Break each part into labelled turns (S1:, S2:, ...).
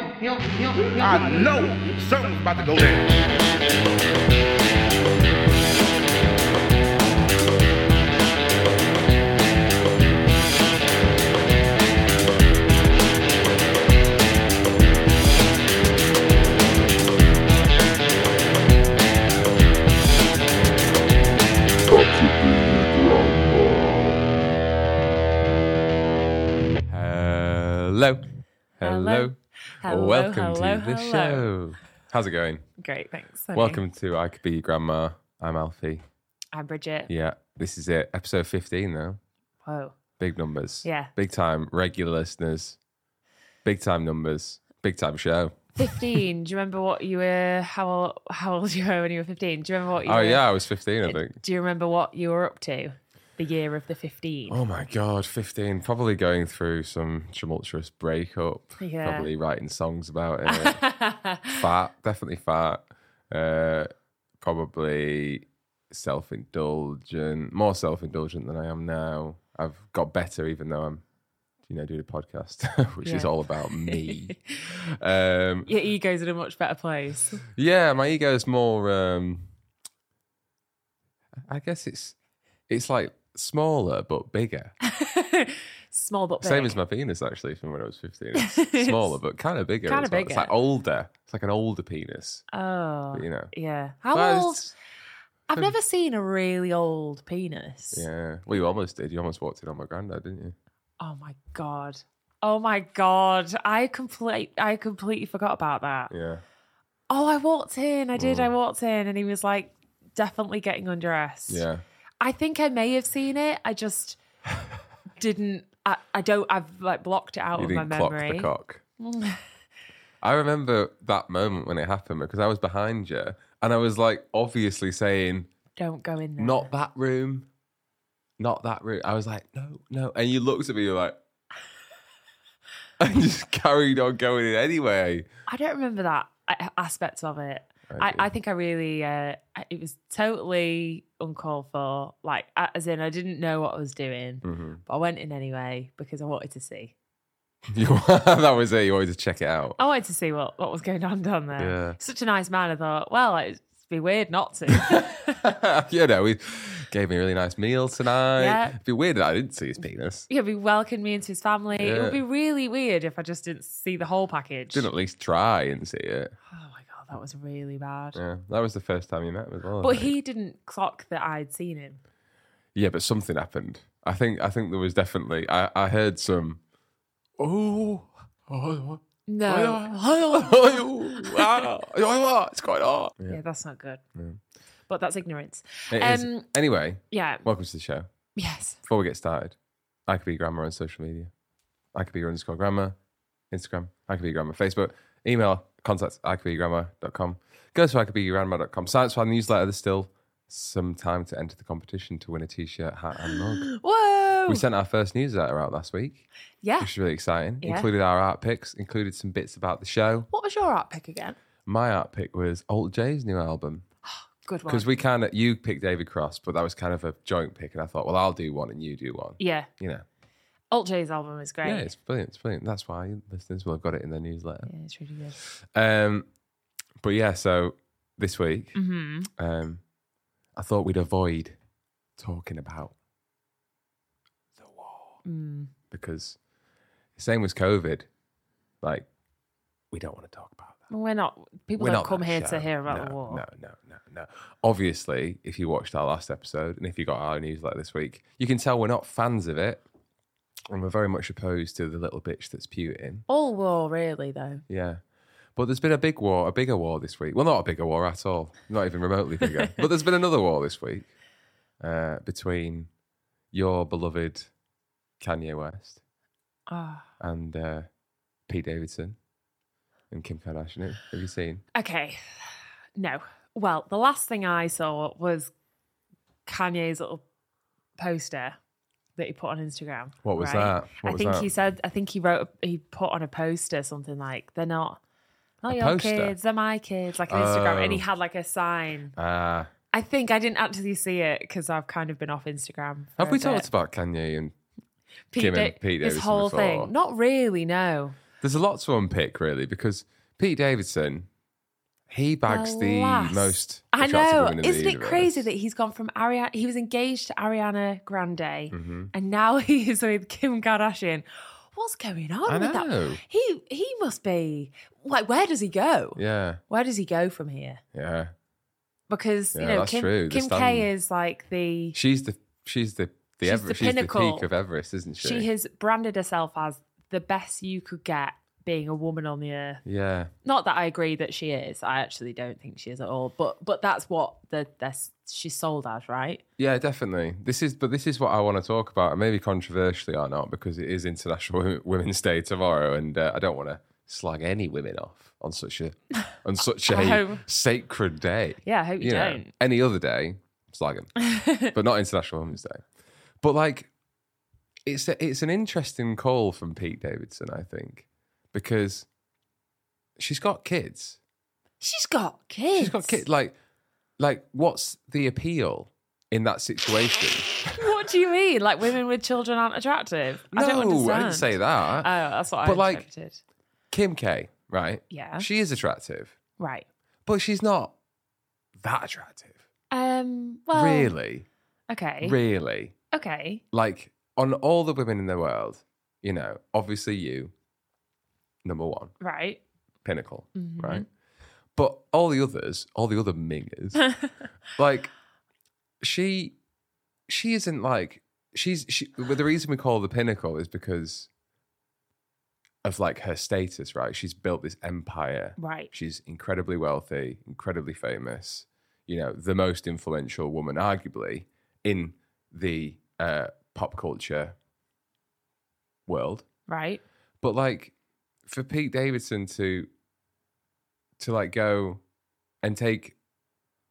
S1: I know something's about to go down.
S2: Hello. Hello.
S3: Hello,
S2: Welcome
S3: hello,
S2: to the
S3: hello.
S2: show. How's it going?
S3: Great, thanks. Honey.
S2: Welcome to I Could Be Your Grandma. I'm Alfie.
S3: I'm Bridget.
S2: Yeah, this is it. Episode 15 now.
S3: Whoa.
S2: Big numbers.
S3: Yeah.
S2: Big time regular listeners. Big time numbers. Big time show.
S3: 15. Do you remember what you were, how old, how old you were when you were 15? Do you remember what you
S2: Oh,
S3: were?
S2: yeah, I was 15, I think.
S3: Do you remember what you were up to the year of the 15?
S2: Oh my God, 15. Probably going through some tumultuous breakup.
S3: Yeah.
S2: Probably writing songs about it. fat, definitely fat. Uh, probably self indulgent, more self indulgent than I am now. I've got better, even though I'm, you know, doing a podcast, which is
S3: Yeah.
S2: all about me. um,
S3: Your ego's in a much better place.
S2: yeah, my ego is more. Um, I guess it's it's like smaller but bigger.
S3: Small but big.
S2: Same as my penis, actually, from when I was fifteen. It's smaller but kind of bigger.
S3: Kinda
S2: as well. It's
S3: bigger.
S2: like older. It's like an older penis,
S3: Oh.
S2: but, you know.
S3: Yeah. How
S2: But
S3: old?
S2: it's-
S3: I've never seen a really old penis.
S2: Yeah. Well, you almost did. You almost walked in on my granddad, didn't you?
S3: Oh my god. Oh my god. I complete I completely forgot about that.
S2: Yeah.
S3: Oh, I walked in. I did.
S2: Mm.
S3: I walked in and he was like definitely getting undressed.
S2: Yeah.
S3: I think I may have seen it. I just didn't I, I don't I've like blocked it out
S2: You
S3: of my
S2: didn't clock
S3: memory.
S2: the cock. I remember that moment when it happened because I was behind you and I was like obviously saying,
S3: Don't go in there.
S2: not that room, not that room. I was like, no, no. And you looked at me, you're like, and just carried on going in anyway.
S3: I don't remember that a- aspect of it. I,
S2: do.
S3: I think I really, uh, I- it was totally uncalled for. Like, a- as in, I didn't know what I was doing,
S2: Mhm.
S3: but I went in anyway because I wanted to see.
S2: You- that was it. You wanted to check it out.
S3: I wanted to see what, what was going on down there.
S2: Yeah.
S3: Such a nice man. I thought, well, it'd be weird not to.
S2: you know, he gave me a really nice meal tonight.
S3: Yeah.
S2: It'd be weird that I didn't see his penis.
S3: He'd be welcoming me into his family. It
S2: Yeah.
S3: would be really weird if I just didn't see the whole package.
S2: Didn't at least try and see it.
S3: Oh my God, that was really bad.
S2: Yeah, that was the first time you met as well. I
S3: But
S2: think.
S3: he didn't clock that I'd seen him.
S2: yeah, but something happened. I think I think there was definitely I, I heard some. Oh, oh,
S3: No.
S2: it's quite hot.
S3: Yeah, that's not good. But that's ignorance.
S2: It is.
S3: Um,
S2: Anyway,
S3: Yeah.
S2: welcome to the show.
S3: Yes.
S2: Before we get started, I could be your grammar on social media. I could be your underscore grammar, Instagram. I could be your grammar, Facebook, email, contact I could be your grammar.com. Go to I could be your grammar.com. Sign up to our newsletter. There's still some time to enter the competition to win a t shirt, hat, and mug.
S3: Whoa.
S2: We sent our first newsletter out last week,
S3: yeah.
S2: which is really exciting.
S3: Yeah.
S2: Included our art picks, included some bits about the show.
S3: What was your art pick again?
S2: My art pick was Alt J's new album.
S3: Good one.
S2: Because we kind of, you picked David Cross, but that was kind of a joint pick. And I thought, well, I'll do one and you do one.
S3: yeah.
S2: You know.
S3: Alt J's album is great.
S2: Yeah, it's brilliant. It's brilliant. That's why listeners will have got it in their newsletter.
S3: Yeah, it's really good.
S2: Um, but yeah, so this week,
S3: Mm. Mm-hmm.
S2: um, I thought we'd avoid talking about the war
S3: Mm.
S2: because same as COVID, like we don't want to talk about that.
S3: Well, we're not. People
S2: We're
S3: don't
S2: not
S3: come
S2: that
S3: here
S2: show.
S3: to hear about the
S2: No,
S3: war.
S2: No, no, no, no. Obviously, if you watched our last episode and if you got our newsletter this week, you can tell we're not fans of it. And we're very much opposed to the little bitch that's Putin.
S3: All war, really, though.
S2: Yeah. But there's been a big war, a bigger war this week. Well, not a bigger war at all, not even remotely bigger. but there's been another war this week uh, between your beloved Kanye West
S3: Ah.
S2: and uh, Pete Davidson and Kim Kardashian. Have you seen?
S3: Okay. No. Well, the last thing I saw was Kanye's little poster that he put on Instagram.
S2: What was
S3: right?
S2: that? What
S3: I
S2: was
S3: think
S2: that?
S3: he said. I think he wrote. He put on a poster something like, "They're not." Not
S2: A
S3: your
S2: poster?
S3: kids, they're my kids, like on Instagram. And he
S2: Oh.
S3: had like a sign.
S2: Ah,
S3: I think I didn't actually see it because I've kind of been off Instagram. for
S2: have
S3: a
S2: we
S3: bit.
S2: talked about Kanye and
S3: Pete
S2: Kim and
S3: Da-
S2: Pete
S3: this
S2: Davidson
S3: whole
S2: before?
S3: thing? Not really. No,
S2: There's a lot to unpick, really, because Pete Davidson, he bags the
S3: Alas.
S2: most
S3: I
S2: attractive
S3: know.
S2: women in the
S3: Isn't it
S2: universe.
S3: crazy that he's gone from Ariana? He was engaged to Ariana Grande,
S2: Mhm.
S3: and now he is with Kim Kardashian. What's going on
S2: I
S3: with that?
S2: know.
S3: He he must be like, where does he go?
S2: Yeah,
S3: Where does he go from here?
S2: yeah.
S3: Because you
S2: Yeah,
S3: know,
S2: that's
S3: Kim,
S2: true. The
S3: Kim
S2: standard-
S3: K is like the
S2: She's the she's the the
S3: She's
S2: Ever-
S3: the
S2: she's the peak
S3: pinnacle.
S2: of Everest, isn't she?
S3: she has branded herself as the best you could get being a woman on the earth.
S2: yeah,
S3: Not that I agree that she is. I actually don't think she is at all. But but that's what the that's she's sold as, right?
S2: yeah, definitely. This is but this is what I want to talk about, and maybe controversially or not, because it is International Wo- Women's Day tomorrow, and uh, I don't want to slag any women off on such a on such
S3: I
S2: a
S3: hope-
S2: sacred day.
S3: Yeah, I hope you,
S2: you know,
S3: Oh. don't.
S2: any other day, slag 'em. but not International Women's Day. But like, it's a, it's an interesting call from Pete Davidson, I think, because she's got kids.
S3: She's got kids.
S2: She's got kids. Like, like what's the appeal in that situation?
S3: What do you mean? Like women with children aren't attractive?
S2: No,
S3: I don't understand.
S2: didn't say that.
S3: Oh, that's what I
S2: But, like-
S3: interpreted.
S2: Kim K, right?
S3: Yeah.
S2: She is attractive,
S3: Right.
S2: but she's not that attractive.
S3: Um. Well.
S2: really,
S3: Okay.
S2: really.
S3: Okay.
S2: like on all the women in the world, you know, obviously you, number one,
S3: Right.
S2: pinnacle,
S3: Mhm.
S2: right? But all the others, all the other mingers, like she, she isn't like she's she. Well, the reason we call her the pinnacle is because of like her status, right? She's built this empire.
S3: Right.
S2: She's incredibly wealthy, incredibly famous. You know, the most influential woman, arguably, in the uh, pop culture world.
S3: Right.
S2: But like, for Pete Davidson to to like go and take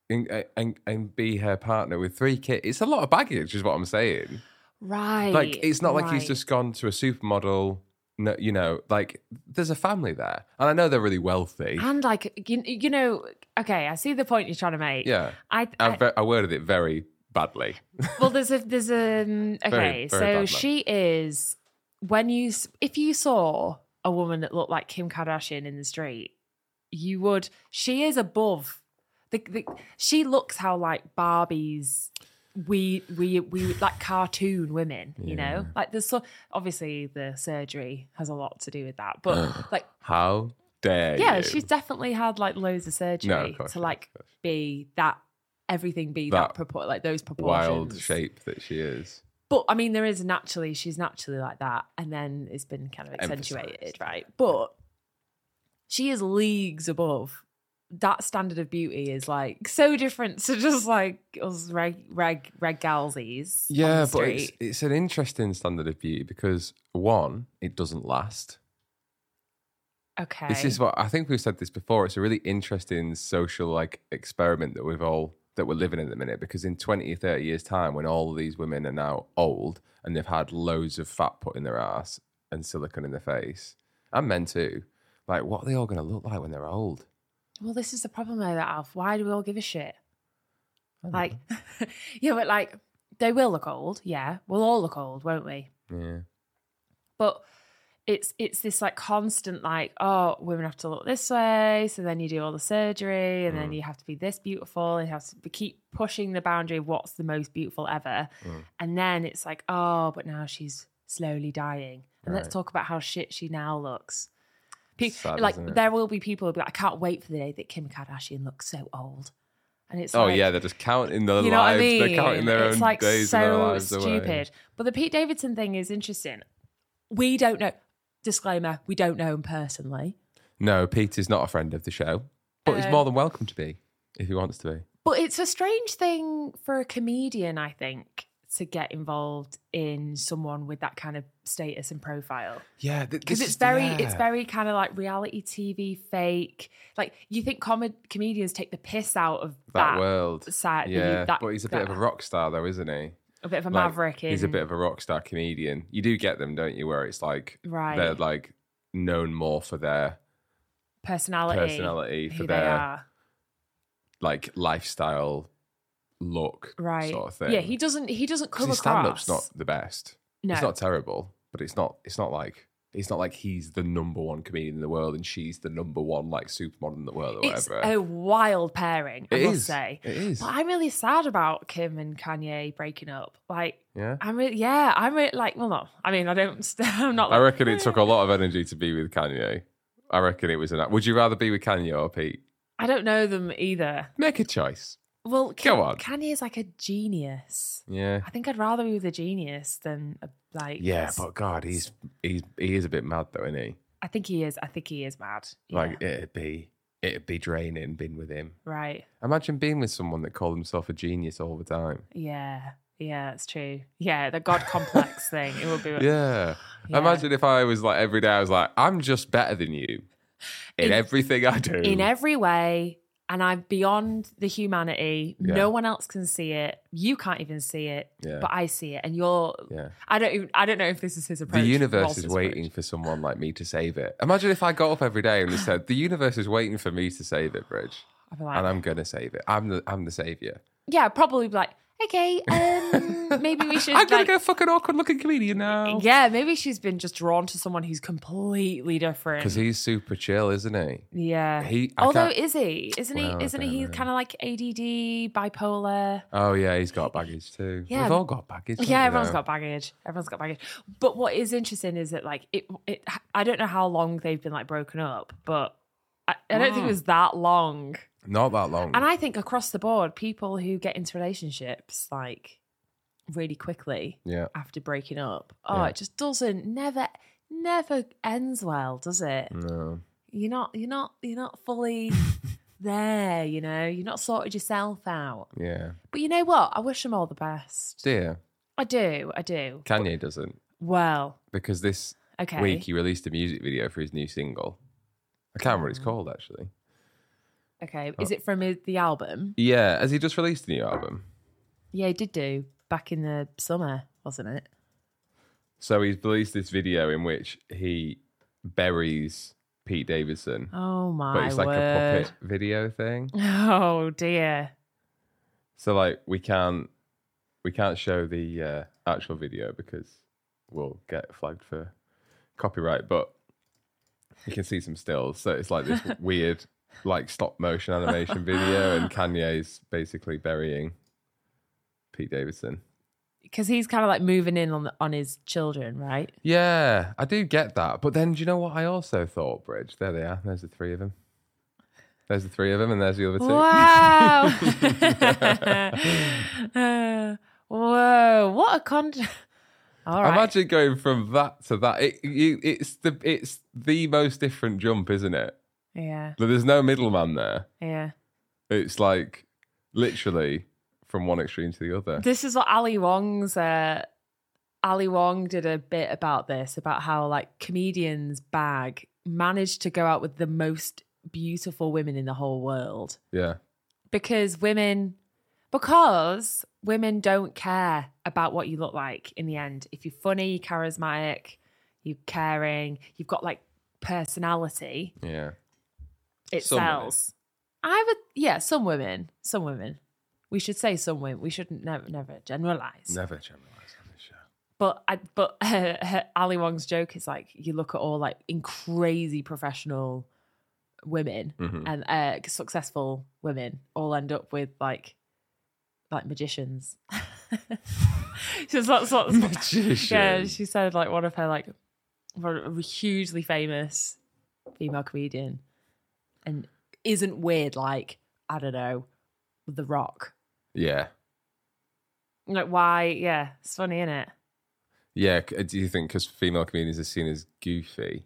S2: and uh, and, and be her partner with three kids, it's a lot of baggage, is what I'm saying.
S3: Right.
S2: Like, it's not like he's
S3: right.
S2: just gone to a supermodel. No, you know, like there's a family there, and I know they're really wealthy.
S3: And like you, you know. Okay, I see the point you're trying to make.
S2: Yeah.
S3: I,
S2: I,
S3: I
S2: ve- I worded it very badly.
S3: well, there's a there's a um, okay.
S2: Very- very
S3: so
S2: bad luck.
S3: she is when you s- if you saw a woman that looked like Kim Kardashian in the street, you would. She is above. The, the, she looks how like Barbie's we we we like cartoon women,
S2: Yeah.
S3: you know. Like there's so obviously the surgery has a lot to do with that, but like
S2: How dare
S3: yeah,
S2: you?
S3: she's definitely had like loads of surgery
S2: No, of course she
S3: to
S2: has,
S3: like
S2: of course.
S3: be that everything be
S2: That
S3: that, propor- like those proportions
S2: wild shape that she is.
S3: but I mean, there is naturally she's naturally like that, and then it's been kind of accentuated,
S2: Emphasised.
S3: right? But she is leagues above. That standard of beauty is like so different to just like us reg reg reg galsies. on the
S2: Yeah, but it's,
S3: street.
S2: it's an interesting standard of beauty because one, it doesn't last.
S3: okay.
S2: This is what I think we've said this before. It's a really interesting social like experiment that we've all that we're living in at the minute because in 20 or 30 years time when all of these women are now old and they've had loads of fat put in their ass and silicone in their face and men too like what are they all going to look like when they're old
S3: well, this is the problem though, that Alf. Why do we all give a shit?
S2: Hmm.
S3: Like, yeah, but like they will look old. Yeah, we'll all look old, won't we?
S2: yeah
S3: but it's it's this like constant like oh women have to look this way so then you do all the surgery and
S2: Mm.
S3: then you have to be this beautiful and you have to be- keep pushing the boundary of what's the most beautiful ever
S2: Mm.
S3: and then it's like oh but now she's slowly dying and let's
S2: Right.
S3: talk about how shit she now looks Pe-
S2: Sad,
S3: like
S2: isn't it?
S3: there will be people who'll be like I can't wait for the day that Kim Kardashian looks so old and it's
S2: Oh
S3: like,
S2: yeah, they're just counting their
S3: you know
S2: lives.
S3: what I mean?
S2: They're counting their
S3: it's
S2: own
S3: like
S2: days
S3: so
S2: and their lives away.
S3: stupid. But the Pete Davidson thing is interesting. We don't know. Disclaimer: We don't know him personally,
S2: No, Pete is not a friend of the show, but he's
S3: Uh,
S2: more than welcome to be if he wants to be.
S3: but it's a strange thing for a comedian, I think, to get involved in someone with that kind of status and profile
S2: Yeah,
S3: because it's very, it's very kind of like reality TV fake. Like you think comed- comedians take the piss out of
S2: that,
S3: that,
S2: world.
S3: side.
S2: yeah,
S3: that,
S2: but he's a bit
S3: that-
S2: of a rock star, though, isn't he?
S3: a bit of a
S2: Like,
S3: maverick. In,
S2: He's a bit of a rock star comedian. You do get them, don't you? Where it's like
S3: Right.
S2: they're like known more for their
S3: personality.
S2: personality, for
S3: who they
S2: their
S3: are.
S2: like lifestyle, look,
S3: right
S2: sort of thing.
S3: yeah he doesn't he doesn't
S2: 'Cause
S3: come
S2: his
S3: across
S2: stand-up's not the best.
S3: no
S2: It's not terrible, but it's not. It's not like It's not like he's the number one comedian in the world and she's the number one like supermodel in the world or
S3: It's
S2: whatever.
S3: a wild pairing, I
S2: It
S3: must
S2: is.
S3: say.
S2: It is.
S3: But I'm really sad about Kim and Kanye breaking up. Like,
S2: Yeah.
S3: I'm really, yeah, I'm really like, well, no, I mean, I don't, I'm not.
S2: I
S3: like, eh,
S2: reckon it took a lot of energy to be with Kanye. I reckon it was an. Would you rather be with Kanye or Pete?
S3: I don't know them either.
S2: Make a choice.
S3: Well, Kim,
S2: Go on.
S3: Kanye is like a genius.
S2: Yeah.
S3: I think I'd rather be with a genius than a, like.
S2: Yeah,
S3: s-
S2: but God, he's he's he is a bit mad though, isn't he?
S3: I think he is. I think he is mad. Yeah.
S2: Like it'd be it'd be draining being with him.
S3: right.
S2: Imagine being with someone that called himself a genius all the time.
S3: Yeah. Yeah, it's true. Yeah, the God complex thing. It would be.
S2: Yeah.
S3: Yeah.
S2: Imagine if I was like every day I was like, I'm just better than you in,
S3: In-
S2: everything I do.
S3: in every way and i'm beyond the humanity
S2: Yeah.
S3: no one else can see it you can't even see it
S2: Yeah.
S3: but i see it and you're
S2: yeah.
S3: i don't even i don't know if this is his approach
S2: The universe
S3: Ross's
S2: is
S3: approach.
S2: waiting for someone like me to save it. Imagine if I got up every day and just said, The universe is waiting for me to save it, Bridge.
S3: I'd be like,
S2: And I'm gonna save it. I'm the I'm the savior.
S3: yeah probably be like okay um maybe we should
S2: I'm gonna
S3: like-
S2: go fuck an awkward looking comedian now.
S3: yeah maybe she's been just drawn to someone who's completely different
S2: Because he's super chill, isn't he?
S3: yeah
S2: He I
S3: although
S2: can't-
S3: is he isn't
S2: Well, I
S3: he isn't
S2: don't
S3: he
S2: know.
S3: kind of like add bipolar
S2: Oh yeah, he's got baggage too.
S3: Yeah.
S2: We've all got baggage.
S3: Yeah,
S2: everyone's
S3: everyone's got baggage. Everyone's got baggage. But what is interesting is that like it, it I don't know how long they've been like broken up, but I, I don't think it was that long.
S2: not that long.
S3: And I think across the board, people who get into relationships like really quickly
S2: yeah.
S3: after breaking up, oh,
S2: Yeah.
S3: it just doesn't never never ends well, does it?
S2: No.
S3: You're not you're not you're not fully there, you know. You're not sorted yourself out.
S2: Yeah.
S3: But you know what? I wish them all the best.
S2: Dear.
S3: I do. I do.
S2: Kanye doesn't.
S3: Well,
S2: Because this
S3: okay.
S2: week he released a music video for his new single. I can't remember what
S3: Mm.
S2: it's called actually.
S3: Okay, is it from his- the album?
S2: Yeah, has he just released a new album?
S3: Yeah, he did do back in the summer, wasn't it?
S2: So he's released this video in which he buries Pete Davidson.
S3: Oh my
S2: but it's like a
S3: word!
S2: puppet video thing.
S3: Oh dear.
S2: So like we can't we can't show the uh, actual video because we'll get flagged for copyright. But you can see some stills. So it's like this weird like stop motion animation video, and Kanye's basically burying Pete Davidson.
S3: Because he's kind of like moving in on the, on his children, right?
S2: Yeah, I do get that. But then do you know what I also thought, Bridge? There they are. There's the three of them. There's the three of them, and there's the other two.
S3: Wow! Uh, whoa! What a con! All right.
S2: Imagine going from that to that. It, you, it's the it's the most different jump, isn't it?
S3: yeah,
S2: Like, There's no middleman there.
S3: yeah.
S2: It's like literally from one extreme to the other.
S3: This is what Ali Wong's. Uh, Ali Wong did a bit about this, about how like comedians bag managed to go out with the most beautiful women in the whole world
S2: Yeah,
S3: because women, because women don't care about what you look like in the end. If you're funny, you're charismatic, you're caring, you've got like personality,
S2: yeah.
S3: it
S2: Some women.
S3: sells. I would, yeah, some women, some women. We should say some women. We shouldn't never, never generalize.
S2: Never generalize on this show.
S3: But I, but her, her, Ali Wong's joke is like you look at all like in crazy professional women
S2: Mhm.
S3: and uh, successful women all end up with like like magicians. so that's what yeah.
S2: Magician.
S3: She said like one of her like one of a hugely famous female comedian and isn't weird like I don't know the Rock.
S2: Yeah,
S3: Like why? Yeah, it's funny, isn't it?
S2: yeah. c- Do you think because female comedians are seen as goofy,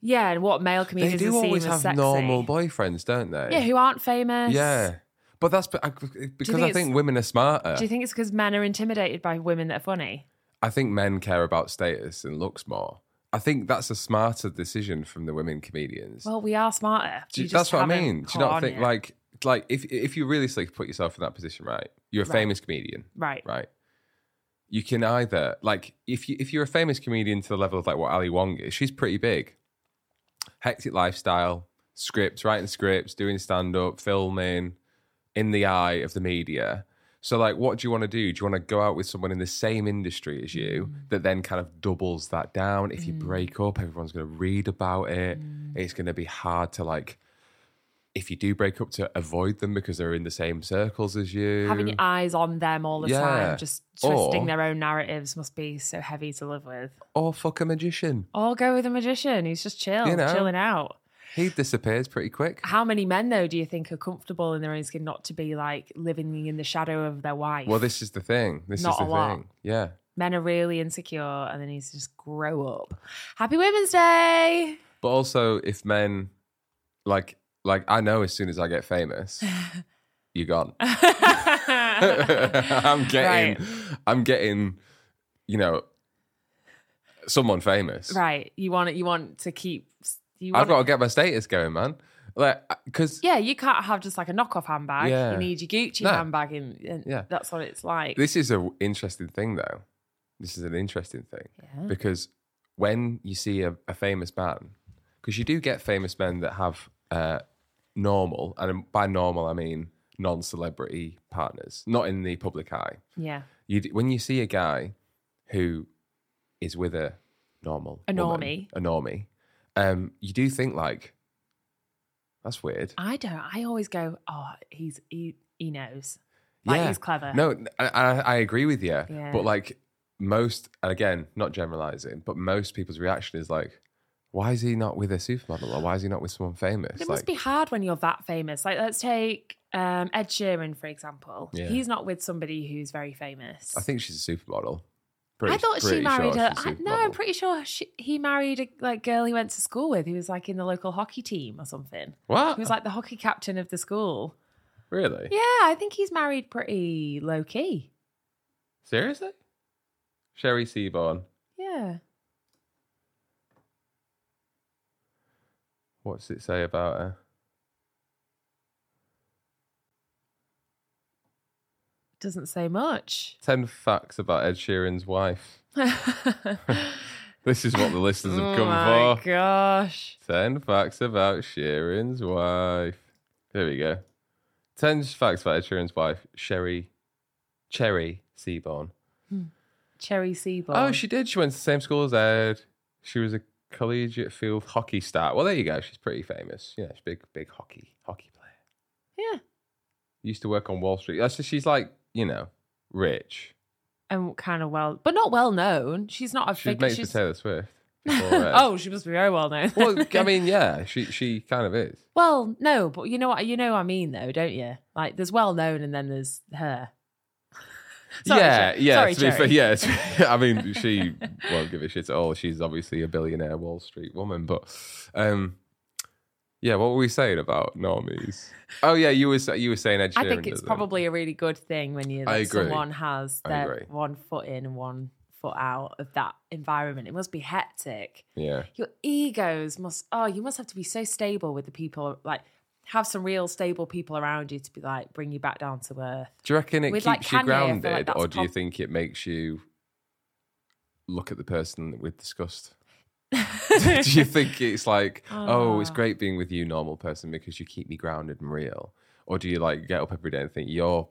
S3: Yeah, and what male
S2: they
S3: comedians
S2: do
S3: are seen
S2: always
S3: as
S2: have
S3: sexy.
S2: normal boyfriends, don't they?
S3: yeah, who aren't famous.
S2: yeah. But that's be- I- because
S3: think
S2: I
S3: it's-
S2: think women are smarter.
S3: Do you think it's because men are intimidated by women that are funny?
S2: I think men care about status and looks more. I think that's a smarter decision from the women comedians.
S3: Well, we are smarter.
S2: Do you-
S3: We just
S2: that's what I
S3: haven't
S2: mean. Do you
S3: caught
S2: not
S3: on
S2: think
S3: yet.
S2: like like if if you really like put yourself in that position, right? You're a
S3: Right.
S2: famous comedian,
S3: right?
S2: right? You can either like if you if you're a famous comedian to the level of like what Ali Wong is, she's pretty big. Hectic lifestyle, scripts, writing scripts, doing stand up, filming, in the eye of the media. So, like, what do you want to do? Do you want to go out with someone in the same industry as you that then kind of doubles that down? If you break up, everyone's going to read about it. It's going to be hard to, like, if you do break up, to avoid them because they're in the same circles as you.
S3: Having your eyes on them all the
S2: Yeah.
S3: time, just twisting
S2: Or-
S3: their own narratives must be so heavy to live with.
S2: or fuck a magician.
S3: Or go with a magician who's just chill,
S2: You know.
S3: chilling out.
S2: He disappears pretty quick.
S3: How many men though do you think are comfortable in their own skin not to be like living in the shadow of their wife?
S2: Well, this is the thing. This
S3: Not
S2: is the
S3: a lot.
S2: thing. Yeah.
S3: men are really insecure and they need to just grow up. Happy Women's Day.
S2: But also, if men, like, like I know as soon as I get famous, you're gone. I'm getting, I'm getting, you know, someone famous.
S3: Right. You want it you want to keep you want
S2: I've got to get my status going, man. Like, uh, because
S3: Yeah, you can't have just like a knockoff handbag.
S2: Yeah.
S3: You need your Gucci
S2: No.
S3: handbag and, and
S2: Yeah.
S3: that's what it's like.
S2: this is an interesting thing, though. This is an interesting thing
S3: Yeah.
S2: because when you see a, a famous man, because you do get famous men that have uh, normal, and by normal I mean non-celebrity partners, not in the public eye.
S3: yeah.
S2: You d- when you see a guy who is with a normal
S3: A
S2: woman,
S3: normie.
S2: a normie, um, you do think like that's weird.
S3: I don't I always go, Oh, he's he he knows. Like he's clever.
S2: No, I, I, I agree with you.
S3: Yeah.
S2: But like most, and again, not generalizing, but most people's reaction is like, why is he not with a supermodel or why is he not with someone famous?
S3: But it
S2: like,
S3: must be hard when you're that famous. Like, let's take um, Ed Sheeran for example.
S2: Yeah.
S3: He's not with somebody who's very famous.
S2: I think she's a supermodel.
S3: I thought she
S2: pretty
S3: married
S2: sure
S3: a.
S2: she's
S3: I, no, I'm
S2: supermodel.
S3: pretty sure she, he married a like girl he went to school with. who was like in the local hockey team or something.
S2: What?
S3: He was like the hockey captain of the school.
S2: really?
S3: Yeah, I think he's married pretty low key.
S2: Seriously? Sherry Seaborn.
S3: Yeah,
S2: What's it say about her?
S3: doesn't say much.
S2: 10 facts about Ed Sheeran's wife.
S3: This
S2: This is what the listeners have come
S3: oh my
S2: for.
S3: gosh.
S2: 10 facts about Sheeran's wife. There we go. 10 facts about Sheeran's wife, Sherry, Cherry Seaborn.
S3: Cherry Seaborn.
S2: Oh, she did. She went to the same school as Ed. She was a collegiate field hockey star. Well, there you go. She's pretty famous. Yeah, she's a big, big hockey, hockey player.
S3: Yeah.
S2: Used to work on Wall Street. That's just, she's like, you know, rich.
S3: and kind of well, but not well known. She's not a
S2: She's
S3: figure.
S2: mates with
S3: She's
S2: Taylor Swift. before Ed.
S3: oh, she must be very well known.
S2: Well, I mean, yeah, she, she kind of is.
S3: Well, no, but you know what you know what I mean though, don't you? Like there's well known and then there's her. Sorry,
S2: yeah,
S3: Cher-
S2: yeah,
S3: sorry,
S2: to be fair,
S3: Cherry.
S2: yeah. it's- I mean, she won't give a shit at all. She's obviously a billionaire Wall Street woman, but um, yeah. What were we saying about normies? Oh yeah, you were sa- you were saying Ed
S3: I
S2: Sheeran
S3: think it's
S2: doesn't.
S3: probably a really good thing when you
S2: I
S3: that
S2: agree.
S3: someone has
S2: I agree.
S3: their one foot in and one foot out of that environment. It must be hectic.
S2: yeah.
S3: Your egos must oh, you must have to be so stable with the people like have some real stable people around you to be like bring you back down to earth.
S2: Do you reckon it
S3: With,
S2: keeps
S3: like,
S2: you
S3: Kanye, I feel like
S2: grounded,
S3: that's
S2: or do you
S3: prob-
S2: think it makes you look at the person with disgust? do you think it's like, oh, it's
S3: Ah.
S2: great being with you, normal person, because you keep me grounded and real? Or do you like get up every day and think you're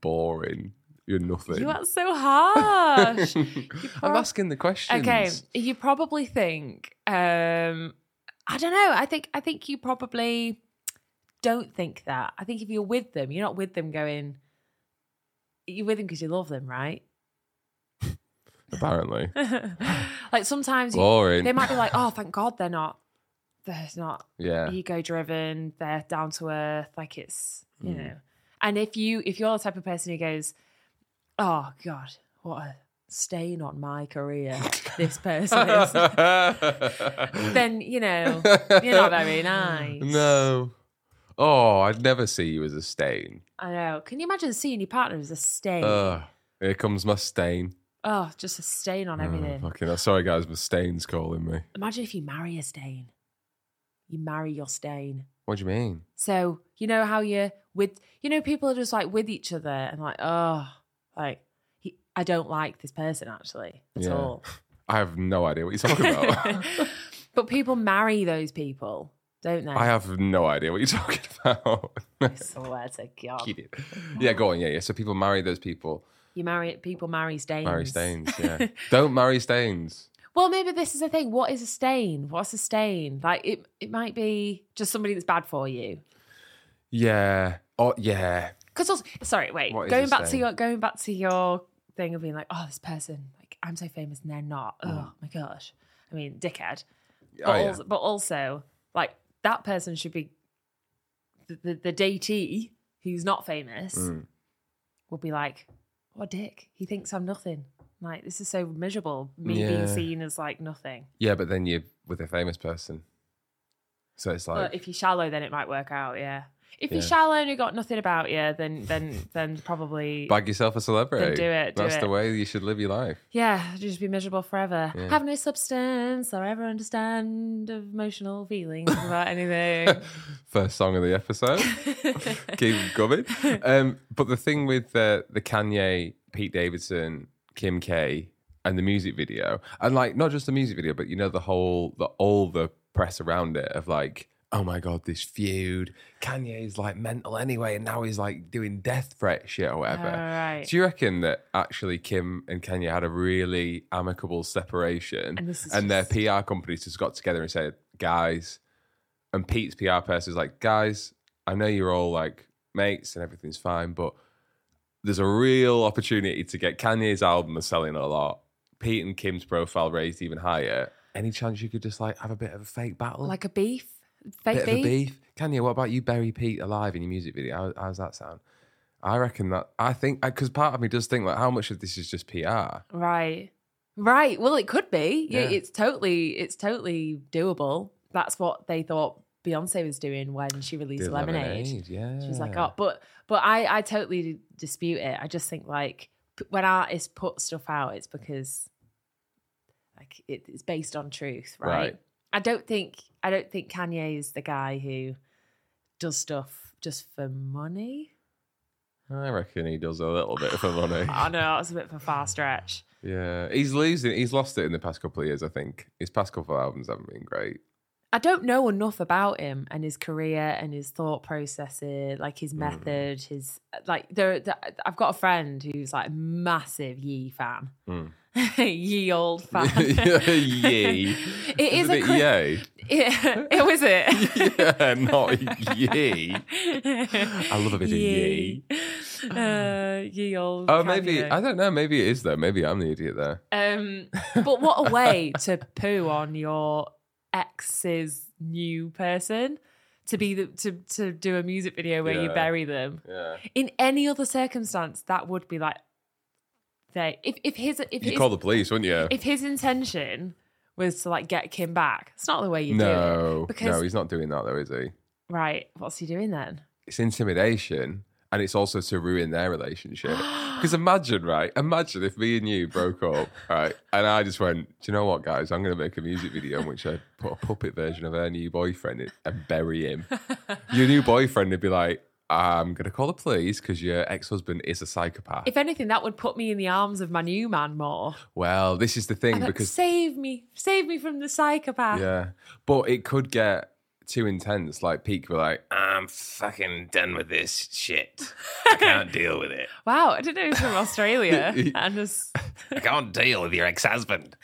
S2: boring, you're nothing?
S3: You are so harsh.
S2: I'm
S3: prob-
S2: asking the questions.
S3: Okay, you probably think um I don't know. I think I think you probably don't think that. I think if you're with them, you're not with them going you're with them because you love them, right?
S2: Apparently.
S3: like sometimes you,
S2: boring.
S3: they might be like, "Oh, thank God they're not they're not
S2: yeah.
S3: ego driven. They're down to earth. Like it's you know. And if you if you're the type of person who goes, "Oh God, what a stain on my career this person is," then you know you're not very nice.
S2: No. Oh, I'd never see you as a stain.
S3: I know. Can you imagine seeing your partner as a stain?
S2: Ugh, here comes my stain.
S3: oh, just a stain on everything.
S2: Oh, fucking hell. Sorry, guys, my stain's calling me.
S3: imagine if you marry a stain. You marry your stain.
S2: What do you mean?
S3: So you know how you're with you know people are just like with each other and like oh like he, I don't like this person actually at
S2: Yeah.
S3: all.
S2: I have no idea what you're talking about.
S3: but people marry those people, don't they?
S2: I have no idea what you're talking about.
S3: I swear to God.
S2: Get it. Yeah, go on. Yeah, yeah. So people marry those people.
S3: You marry people marry stains.
S2: Marry stains. Yeah. Don't marry stains.
S3: Well, maybe this is the thing. What is a stain? What's a stain? Like it it might be just somebody that's bad for you.
S2: Yeah. Oh, yeah.
S3: Because also, sorry, wait.
S2: What is
S3: Going
S2: a
S3: back to
S2: stain?
S3: your going back to your thing of being like, oh, this person, like I'm so famous and they're not. Oh my gosh. I mean, dickhead. But,
S2: Oh, Mm. yeah.
S3: also, but also, like that person should be the the, the datee who's not famous
S2: Mm.
S3: will be like, what a dick? He thinks I'm nothing. Like this is so miserable. Me being
S2: Yeah.
S3: seen as like nothing.
S2: Yeah, but then you're with a famous person. So it's
S3: But
S2: like,
S3: if you're shallow, then it might work out. Yeah. If you're
S2: Yeah.
S3: shallow and you got nothing about you, then then then probably
S2: bag yourself a celebrity.
S3: Then do it, do
S2: That's the
S3: it.
S2: way you should live your life.
S3: yeah, just be miserable forever.
S2: Yeah.
S3: Have no substance or ever understand emotional feelings about anything.
S2: First song of the episode. Keep coming. Um, but the thing with uh, the Kanye, Pete Davidson, Kim K, and the music video, and like not just the music video, but you know the whole, the all the press around it of like, oh my god, this feud. Kanye is like mental anyway, and now he's like doing death threat shit or
S3: All
S2: whatever.
S3: right.
S2: Do you reckon that actually Kim and Kenya had a really amicable separation
S3: And this is
S2: their
S3: just-
S2: PR companies just got together and said, guys, and Pete's PR person is like, guys, I know you're all like mates and everything's fine, but there's a real opportunity to get Kanye's album is selling a lot. Pete and Kim's profile raised even higher. Any chance you could just like have a bit of a fake battle?
S3: Like a beef,
S2: a
S3: fake
S2: bit
S3: beef.
S2: of a beef. Kanye, what about you bury Pete alive in your music video? How, how's that sound? I reckon that I think because part of me does think like how much of this is just PR.
S3: Right. Right. Well, it could be. Yeah.
S2: Yeah.
S3: It's totally. It's totally doable. That's what they thought Beyonce was doing when she released
S2: Did
S3: Lemonade.
S2: yeah.
S3: She was like, "Oh, but but I I totally dispute it. I just think like p- when artists put stuff out, it's because like it, it's based on truth, right?
S2: Right.
S3: I don't think I don't think Kanye is the guy who does stuff just for money.
S2: I reckon he does a little bit for money.
S3: I know that's a bit of a far stretch.
S2: yeah, he's losing. He's lost it in the past couple of years. I think his past couple of albums haven't been great.
S3: I don't know enough about him and his career and his thought processes, like
S2: Mm.
S3: his method, his like. There, there, I've got a friend who's like massive Yee fan,
S2: Mm.
S3: Yee old fan.
S2: yay!
S3: It is a
S2: it
S3: cri-
S2: yay.
S3: Yeah, it was it.
S2: yeah, not yay. I love a bit of
S3: Yee. Uh, ye old.
S2: Oh, maybe
S3: Kanye.
S2: I don't know. Maybe it is though. Maybe I'm the idiot there.
S3: Um, but what a way to poo on your ex's new person to be the, to to do a music video where you
S2: Yeah.
S3: bury them.
S2: Yeah,
S3: In any other circumstance, that would be like they if if his if
S2: you
S3: his,
S2: call the police, wouldn't you?
S3: if his intention was to like get Kim back, it's not the way you do it.
S2: No,
S3: because-
S2: no, he's not doing that though, is he?
S3: Right? What's he doing then?
S2: It's intimidation, and it's also to ruin their relationship. Because imagine, right? Imagine if me and you broke up, right? And I just went, "Do you know what, guys? I'm going to make a music video in which I put a puppet version of her new boyfriend in- and bury him. Your new boyfriend would be like." I'm gonna call the police because your ex-husband is a psychopath.
S3: If anything, that would put me in the arms of my new man more.
S2: well, this is the thing
S3: Like,
S2: because
S3: save me, save me from the psychopath.
S2: Yeah. But it could get too intense. Like Pete could be like, I'm fucking done with this shit. I can't deal with it.
S3: Wow, I didn't know he was from Australia. and just
S2: I can't deal with your ex husband.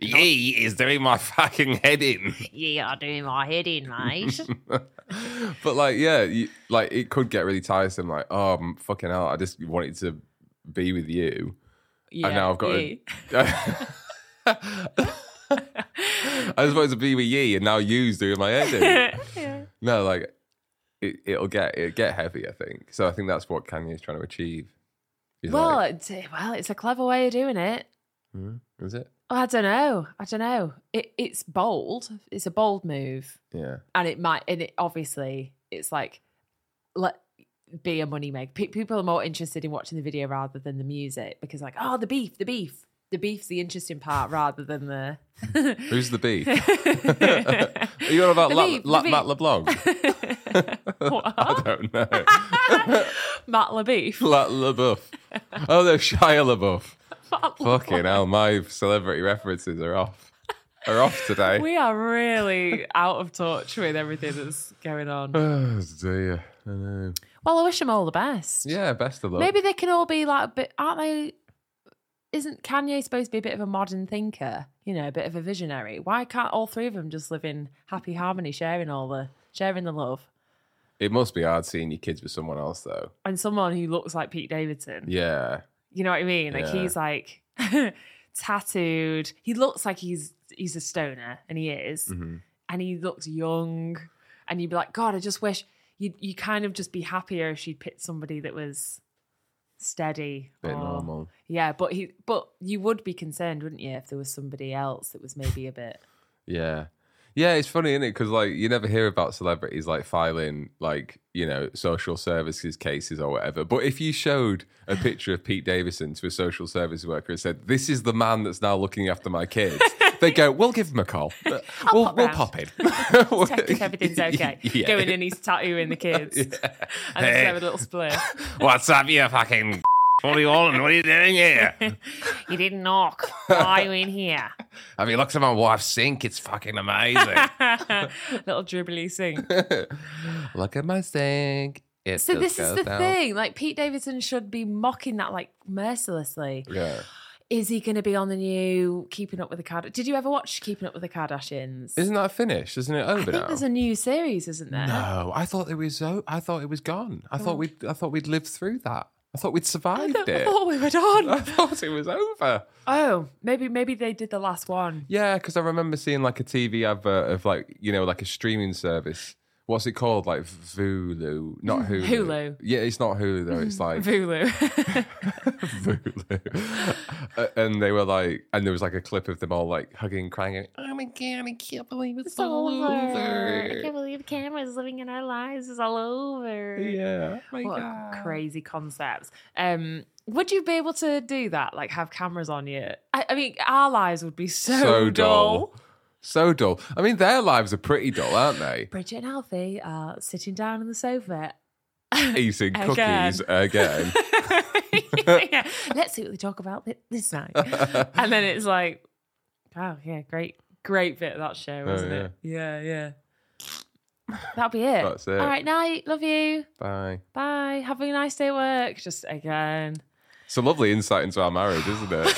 S2: He is doing my fucking head in.
S3: yeah, I'm doing my head in, mate.
S2: but like, yeah, you, like it could get really tiresome. Like, oh, I'm fucking hell, I just wanted to be with you.
S3: yeah,
S2: and now I've got
S3: yeah.
S2: to. I just wanted to be with you, and now you's doing my head in.
S3: Yeah.
S2: No, like it, it'll get it get heavy. I think so. I think that's what Kanye's trying to achieve. He's
S3: Well,
S2: like,
S3: it's, well, it's a clever way of doing it.
S2: "Hmm, is it?
S3: Oh, I don't know. I don't know. It, it's bold. It's a bold move,
S2: Yeah,
S3: and it might. And it obviously, it's like let be a money make. Pe- people are more interested in watching the video rather than the music because, like, oh, the beef, the beef, the beef's the interesting part rather than the.
S2: who's the beef? Are you on about
S3: The
S2: La,
S3: beef, the
S2: La,
S3: beef.
S2: Matt LeBlanc? I
S3: what?
S2: don't know.
S3: Matt LaBeef.
S2: La, LaBeouf. Oh, no, Shia LaBeouf.
S3: Matt
S2: Fucking hell, my celebrity references are off. are off today.
S3: We are really out of touch with everything that's going on.
S2: oh dear, I know.
S3: Well, I wish them all the best.
S2: Yeah, best of luck.
S3: Maybe they can all be like, but aren't they? Isn't Kanye supposed to be a bit of a modern thinker? You know, a bit of a visionary. Why can't all three of them just live in happy harmony, sharing all the sharing the love,
S2: it must be hard seeing your kids with someone else though.
S3: and someone who looks like Pete Davidson?
S2: Yeah,
S3: You know what I mean? Like
S2: Yeah.
S3: he's like tattooed. He looks like he's he's a stoner, and he is,
S2: Mhm.
S3: and he looks young. And you'd be like, God, I just wish you you kind of just be happier if she'd picked somebody that was steady,
S2: bit
S3: or-
S2: normal.
S3: Yeah, but he but you would be concerned, wouldn't you, if there was somebody else that was maybe a bit.
S2: Yeah. Yeah, it's funny, isn't it? Because like you never hear about celebrities like filing like you know social services cases or whatever. But if you showed a picture of Pete Davidson to a social service worker and said, "This is the man that's now looking after my kids," they go, "We'll give him a call. We'll we'll
S3: pop round.
S2: pop in. We'll-
S3: Check if everything's okay.
S2: Yeah.
S3: Going in, he's tattooing the kids,
S2: Yeah.
S3: and just have a little split.
S2: What's up, you fucking? What are you on? What are you doing here?
S3: you didn't knock. Why are you in here?
S2: Have you looked at my wife's sink? It's fucking amazing.
S3: little dribbly sing.
S2: Look at my sink. It
S3: So
S2: just
S3: this is
S2: goes
S3: the
S2: down.
S3: thing. Like Pete Davidson should be mocking that like mercilessly.
S2: Yeah.
S3: Is he going to be on the new Keeping Up with the Kardashians? Did you ever watch Keeping Up with the Kardashians?
S2: Isn't that finished? Isn't it over
S3: I think
S2: now?
S3: there's a new series, isn't there?
S2: no, I thought it was. o- I thought it was gone. I thought we. would I thought we'd lived through that. I thought we'd
S3: Oh. I
S2: survived
S3: thought- I
S2: it.
S3: thought we were done.
S2: I thought it was over.
S3: Oh, maybe maybe they did the last one.
S2: Yeah, because I remember seeing like a TV advert of like you know like a streaming service. What's it called? Like Vulu, not Hulu.
S3: Mm, Hulu.
S2: Yeah, it's not Hulu though. It's like
S3: Vulu.
S2: Vulu. Uh, and they were like, and there was like a clip of them all like hugging, crying. And, oh my god, I can't believe it's, all over.
S4: I can't believe cameras living in our lives is all over.
S2: Yeah, my
S3: what
S2: God.
S3: crazy concepts. Um, would you be able to do that? Like have cameras on you? I, I mean, our lives would be so,
S2: so
S3: dull.
S2: dull. So dull. I mean, their lives are pretty dull, aren't they?
S3: Bridget and Alfie are sitting down on the sofa.
S2: Eating
S3: Again.
S2: cookies again.
S3: Yeah. Let's see what they talk about thi- this night. and then it's like, wow, yeah, great, great bit of that
S2: Oh,
S3: show, wasn't it? Yeah, yeah. That'll be it.
S2: That's it.
S3: All right, night. Love you.
S2: Bye.
S3: Bye. Have a nice day at work. Just again.
S2: It's a lovely insight into our marriage, isn't it?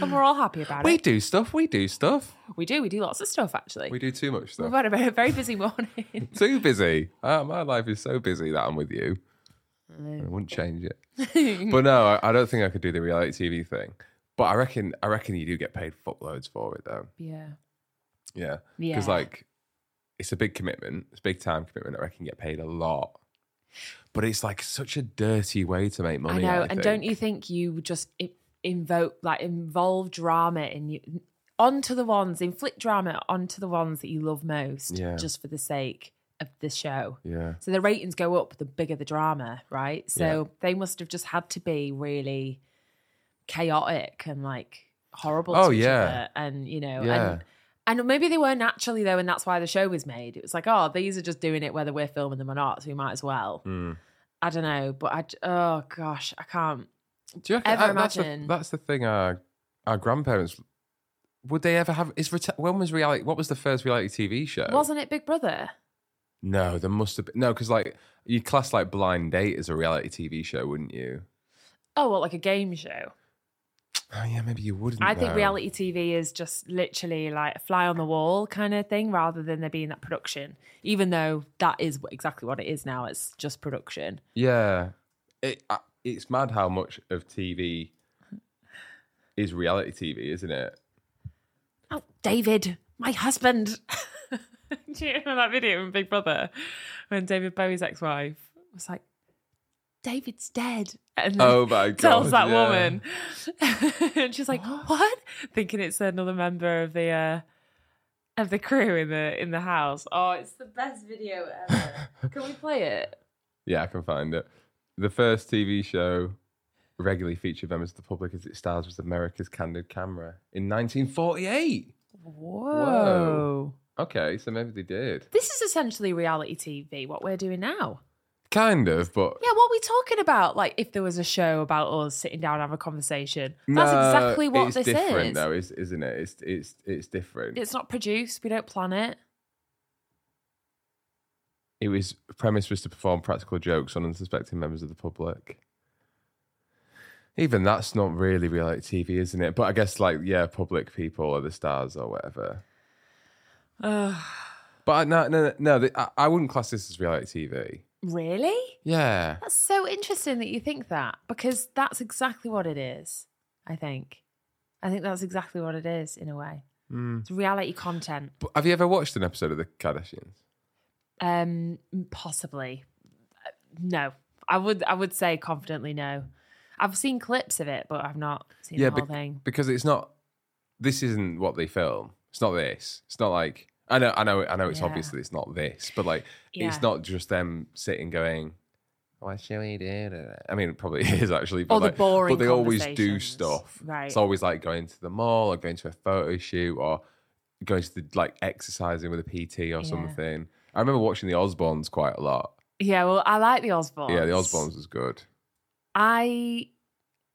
S3: and we're all happy about
S2: we
S3: it.
S2: do stuff. We do stuff.
S3: We do. We do lots of stuff, actually.
S2: We do too much
S3: We've
S2: stuff.
S3: had a very, very busy morning.
S2: Too busy. Ah, my life is so busy that I'm with you. I wouldn't change it. But no, I, I don't think I could do the reality TV thing. But I reckon, I reckon you do get paid fuckloads for it, though.
S3: yeah.
S2: Yeah.
S3: Yeah.
S2: Because like it's a big commitment, it's a big time commitment. I reckon you get paid a lot. But it's like such a dirty way to make money.
S3: I know.
S2: I
S3: and don't
S2: think.
S3: you think you just i- invoke, like, involve drama in you onto the ones, inflict drama onto the ones that you love most,
S2: Yeah.
S3: just for the sake of the show.
S2: Yeah.
S3: So the ratings go up the bigger the drama, right? So
S2: Yeah.
S3: they must have just had to be really chaotic and like horrible.
S2: Oh,
S3: to each
S2: yeah.
S3: other and you know,
S2: Yeah.
S3: and and maybe they weren't actually though, and that's why the show was made. It was like, oh, these are just doing it whether we're filming them or not, so we might as well.
S2: Mm.
S3: I don't know, but I j- oh gosh, I can't.
S2: Do you reckon
S3: Ever
S2: uh, that's, the,
S3: imagine.
S2: that's the thing our our grandparents would they ever have is reti- when was reality what was the first reality TV show?
S3: Wasn't it Big Brother?
S2: no, there must have been no, because like you class like blind date as a reality TV show, wouldn't you?
S3: Oh, well, like a game show.
S2: Oh yeah, maybe you wouldn't.
S3: I think
S2: though.
S3: reality TV is just literally like a fly on the wall kind of thing rather than there being that production, even though that is wh- exactly what it is now. It's just production.
S2: Yeah, it, I- it's mad how much of TV is reality TV, isn't it?
S3: Oh, David, my husband. Do you remember that video in Big Brother when David Bowie's ex wife was like, David's dead? And then
S2: Oh my god!
S3: tells that
S2: yeah.
S3: woman. and she's like, what? Thinking it's another member of the. Uh, of the crew in the in the house. Oh, it's the best video ever. Can we play it?
S2: Yeah, I can find it. The first TV show regularly featured members of the public as it stars was America's Candid Camera in 1948.
S3: Whoa.
S2: Okay, so maybe they did.
S3: This is essentially reality TV, what we're doing now.
S2: Kind of, but
S3: Yeah, what are we talking about? Like if there was a show about us sitting down and having a conversation. That's
S2: No,
S3: exactly what
S2: it's
S3: this
S2: different,
S3: is.
S2: Though, is isn't it? It's it's it's different.
S3: It's not produced. We don't plan it.
S2: it was premise was to perform practical jokes on unsuspecting members of the public. Even that's not really reality TV, isn't it? But I guess like yeah, public people or the stars or whatever.
S3: Ugh.
S2: But I, no, no, no, no the- I, I wouldn't class this as reality TV.
S3: Really?
S2: Yeah,
S3: That's so interesting that you think that because that's exactly what it is, I think. I think that's exactly what it is in a way.
S2: Hmm.
S3: It's reality content.
S2: but have you ever watched an episode of the Kardashians?
S3: Um possibly. Uh, No. I would I would say confidently no. I've seen clips of it, but I've not seen the whole
S2: bec-
S3: thing.
S2: because it's not. This isn't what they film. It's not this. It's not like I know. I know. I know. It's
S3: Yeah.
S2: obviously it's not this, but like
S3: Yeah.
S2: it's not just them sitting going. What shall we do? I mean, it probably is actually, but
S3: Or the
S2: like,
S3: boring
S2: but they always do
S3: conversations.
S2: stuff.
S3: Right.
S2: It's always like going to the mall or going to a photo shoot or going to the like exercising with a PT or
S3: Yeah.
S2: something. I remember watching the Osbournes quite a lot.
S3: Yeah, well, I like the Osbournes.
S2: Yeah, the Osbournes was good.
S3: I,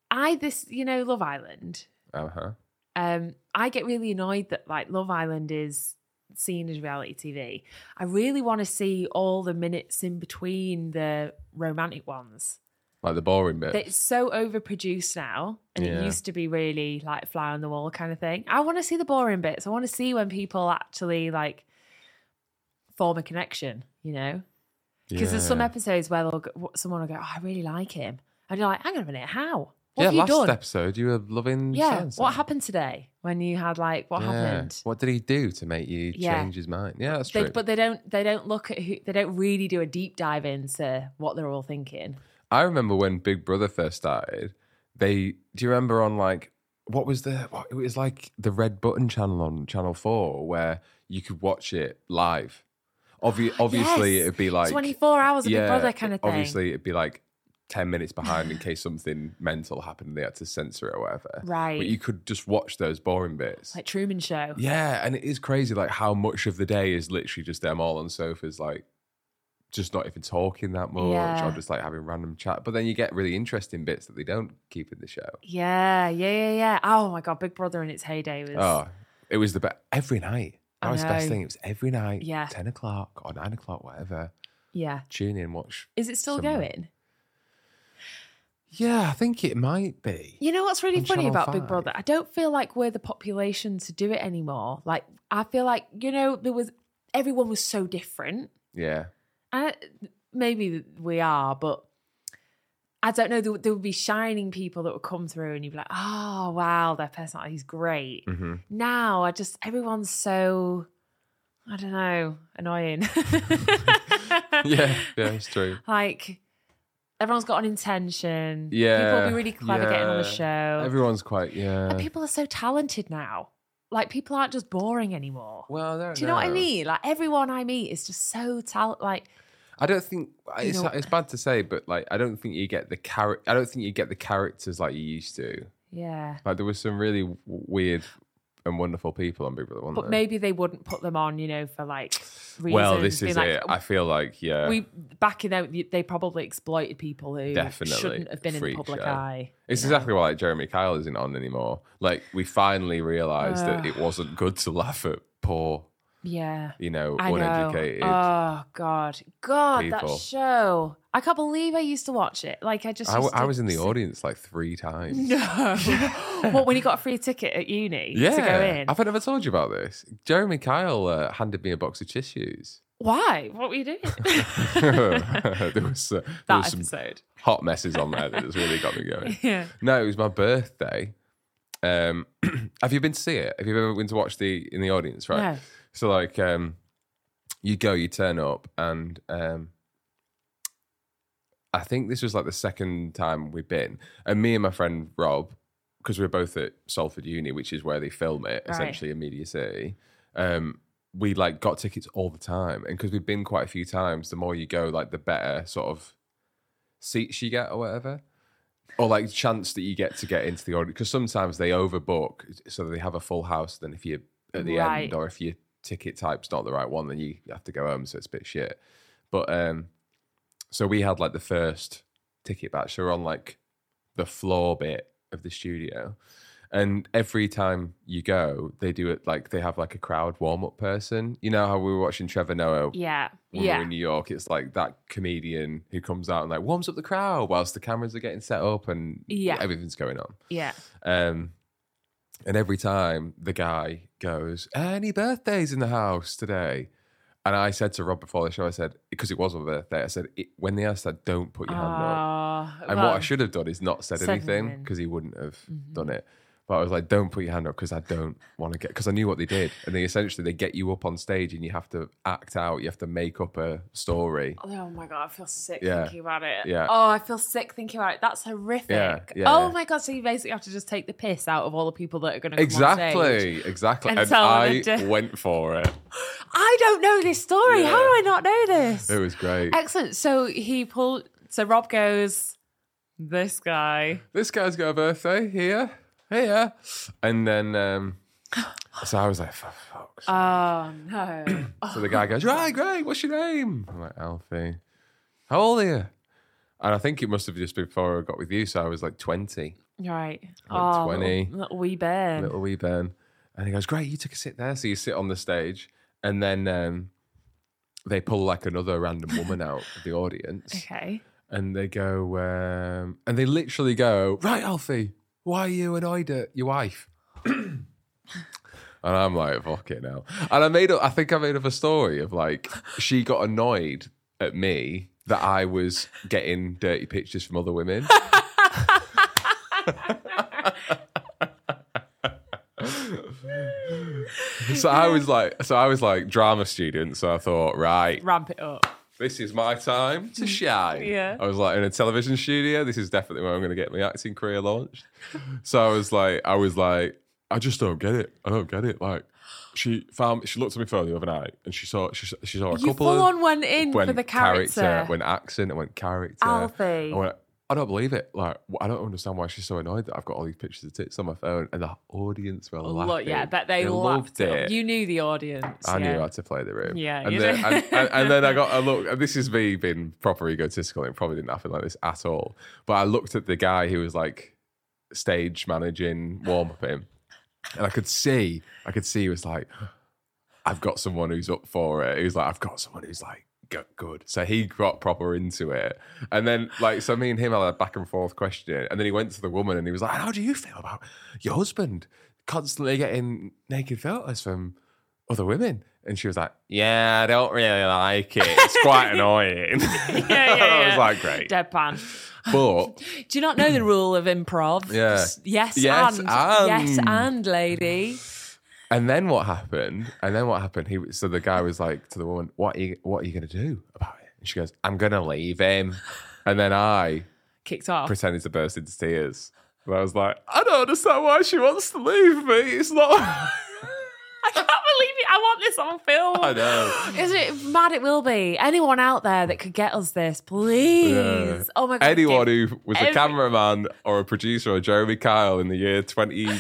S3: I this you know Love Island.
S2: Uh huh.
S3: Um, I get really annoyed that like Love Island is seen as reality TV. I really want to see all the minutes in between the romantic ones.
S2: Like the boring bit.
S3: It's so overproduced now, and
S2: Yeah.
S3: it used to be really like fly on the wall kind of thing. I want to see the boring bits. I want to see when people actually like form a connection. You know, because there's some
S2: Yeah.
S3: episodes where they'll go, someone will go, oh, I really like him. And you're like, hang on a minute, how?
S2: yeah,
S3: What have you
S2: last
S3: done?
S2: episode you were loving.
S3: yeah,
S2: so-and-so.
S3: what happened today when you had like, what
S2: Yeah.
S3: happened?
S2: What did he do to make you
S3: Yeah.
S2: change his mind? Yeah, that's
S3: They,
S2: true.
S3: but they don't they don't look at who they don't really do a deep dive into what they're all thinking.
S2: I remember when Big Brother first started. They do you remember on like what was the what, it was like the red button channel on Channel Four where you could watch it live. Obvi- obviously,
S3: Yes.
S2: it'd be like
S3: twenty four hours of Big Brother kind of thing.
S2: Obviously, it'd be like ten minutes behind in case something mental happened and they had to censor it or whatever.
S3: Right.
S2: But you could just watch those boring bits.
S3: like Truman Show.
S2: Yeah, and it is crazy like how much of the day is literally just them all on sofas, like just not even talking that much
S3: Yeah.
S2: or just like having random chat. But then you get really interesting bits that they don't keep in the show.
S3: Yeah, yeah, yeah, yeah. Oh my god, Big Brother in its heyday was
S2: Oh, it was the best every night. That
S3: I
S2: was the best
S3: know.
S2: thing. It was every night,
S3: Yeah.
S2: ten o'clock or nine o'clock, whatever.
S3: yeah.
S2: Tune in, watch.
S3: Is it still
S2: Somewhere.
S3: going?
S2: Yeah, I think it might be.
S3: You know what's really
S2: On
S3: funny
S2: Channel
S3: about Big
S2: five.
S3: Brother? I don't feel like we're the population to do it anymore. Like I feel like you know there was everyone was so different.
S2: Yeah,
S3: I, maybe we are, but I don't know. There, there would be shining people that would come through, and you'd be like, "Oh wow, their personality's great."
S2: hmm
S3: Now I just everyone's so I don't know annoying.
S2: yeah, yeah, it's true.
S3: like everyone's got an intention. people will
S2: Yeah,
S3: be really clever getting on the
S2: yeah.
S3: show.
S2: Everyone's quite yeah.
S3: And people are so talented now. Like people aren't just boring anymore.
S2: well, I don't
S3: Do you know what I
S2: know.
S3: mean? Like everyone I meet is just so talent. Like
S2: I don't think uh, it's,
S3: know-
S2: it's bad to say, but like I don't think you get the char- I don't think you get the characters like you used to.
S3: yeah.
S2: Like there was some really w- weird and wonderful people on Big Brother, weren't
S3: But
S2: there?
S3: maybe they wouldn't put them on, you know, for like reasons.
S2: well, this
S3: being
S2: is
S3: like,
S2: it. I uh, feel like yeah,
S3: we back in there, they probably exploited people who
S2: Definitely.
S3: shouldn't have been in the
S2: Freak
S3: public
S2: show.
S3: eye.
S2: it's exactly why like, Jeremy Kyle isn't on anymore. Like we finally realised that it wasn't good to laugh at poor,
S3: Yeah,
S2: you know,
S3: I know.
S2: uneducated.
S3: Oh God, God,
S2: people.
S3: that show! I can't believe I used to watch it. Like I just,
S2: I, w-
S3: used
S2: I
S3: to
S2: was in the
S3: sit-
S2: audience like three times.
S3: No, what when you got a free ticket at uni to go in?
S2: I've never told you about this. Jeremy Kyle uh, handed me a box of tissues.
S3: Why? What were you doing?
S2: there was, uh, there
S3: that
S2: was some
S3: episode.
S2: hot messes on there that has really got me going.
S3: Yeah.
S2: No, it was my birthday. Um, have you been to see it? Have you ever been to watch the in the audience? Right.
S3: No.
S2: So like, um, you go, you turn up, and um, I think this was like the second time we've been, and me and my friend Rob, because we were both at Salford Uni, which is where they film it,
S3: Right.
S2: essentially in Media City. Um, we like got tickets all the time, and because we've been quite a few times, the more you go, like the better sort of seats you get or whatever. Or like chance that you get to get into the audience because sometimes they overbook, so they have a full house. Then if you're at the
S3: Right.
S2: end, or if your ticket type's not the right one, then you have to go home. So it's a bit shit. But um, So we had like the first ticket back. So we're on like the floor bit of the studio. And every time you go, they do it like they have like a crowd warm up person. You know how we were watching Trevor Noah
S3: Yeah.
S2: when we
S3: yeah.
S2: were in New York? It's like that comedian who comes out and like warms up the crowd whilst the cameras are getting set up and
S3: Yeah.
S2: everything's going on.
S3: yeah.
S2: Um, and every time the guy goes, Any birthdays in the house today? And I said to Rob before the show, I said, because it was my birthday, I said, it, when they asked that, don't put your hand up.
S3: Ah,
S2: And what I
S3: well,
S2: should have done is not said,
S3: said
S2: anything
S3: nothing. Mm-hmm.
S2: because he wouldn't have done it. But I was like, don't put your hand up because I don't want to get, because I knew what they did. And they essentially, they get you up on stage and you have to act out, you have to make up a story.
S3: Oh my god, I feel sick
S2: Yeah.
S3: thinking about it.
S2: Yeah.
S3: Oh, I feel sick thinking about it. That's horrific.
S2: yeah,
S3: oh
S2: yeah.
S3: my god, so you basically have to just take the piss out of all the people that are going to
S2: Exactly, exactly.
S3: And
S2: And,
S3: so on
S2: I
S3: a di-
S2: went for it.
S3: I don't know this story. How do
S2: Yeah.
S3: I not know this?
S2: It was great.
S3: Excellent. So he pulled. So Rob goes. This guy.
S2: this guy's got a birthday here, here. And then, um, so I was like, for fuck's sake.
S3: Oh no. Oh,
S2: So the guy goes, right, great, what's your name? I'm like, Alfie. How old are you? And I think it must have just been before I got with you. So I was like 20,
S3: right.
S2: Like
S3: oh,
S2: 20.
S3: Little, little wee bear.
S2: little wee Ben. And he goes, great, you took a sit there. So you sit on the stage. And then um, they pull like another random woman out of the audience.
S3: Okay.
S2: and they go, um, and they literally go, right, Alfie, why are you annoyed at your wife? and I'm like, fuck it now. And I made up, I think I made up a story of like, she got annoyed at me that I was getting dirty pictures from other women. so I was like, so I was like drama student. So I thought, right,
S3: Ramp it up.
S2: this is my time to shine.
S3: Mm. Yeah.
S2: I was like in a television studio. This is definitely where I'm going to get my acting career launched. so I was like, I was like, I just don't get it. I don't get it. Like, she found she looked at my phone the other night and she saw she, saw- she saw a
S3: You
S2: couple
S3: full
S2: of uh,
S3: on went in
S2: went
S3: for the character.
S2: went accent, I went character.
S3: Alfie.
S2: I went, I don't believe it. Like, I don't understand why she's so annoyed that I've got all these pictures of tits on my phone, and the audience were laughing.
S3: Look, yeah, but they,
S2: loved
S3: laughed
S2: it.
S3: it. You knew the audience.
S2: I
S3: yeah.
S2: knew how to play the room.
S3: Yeah,
S2: and
S3: you
S2: then,
S3: did.
S2: and, and, and then I got a look. And this is me being proper egotistical. It probably didn't happen like this at all. But I looked at the guy who was like stage managing warm up him, and I could see, I could see he was like, I've got someone who's up for it. He was like, I've got someone who's like go- good. So he got proper into it, and then like so me and him had a back and forth question, and then he went to the woman and he was like, How do you feel about your husband constantly getting naked photos from? other women. And she was like, Yeah, I don't really like it. It's quite annoying. yeah,
S3: yeah,
S2: I
S3: yeah.
S2: was like, Great.
S3: Deadpan.
S2: But
S3: Do you not know the rule of improv?
S2: Yeah.
S3: Just Yes,
S2: Yes,
S3: and.
S2: and.
S3: Yes, and, lady.
S2: and then what happened? And then what happened? He so the guy was like to the woman, What are you what are you gonna do about it? And she goes, I'm gonna leave him. And then I
S3: Kicked off.
S2: pretended to burst into tears. And I was like, I don't understand why she wants to leave me. It's not
S3: I can't believe it. I want this on film.
S2: I know.
S3: Is it mad? It will be. Anyone out there that could get us this, please.
S2: Yeah.
S3: Oh my god.
S2: Anyone
S3: give
S2: who was a
S3: every-
S2: cameraman or a producer or Jeremy Kyle in the year 2014,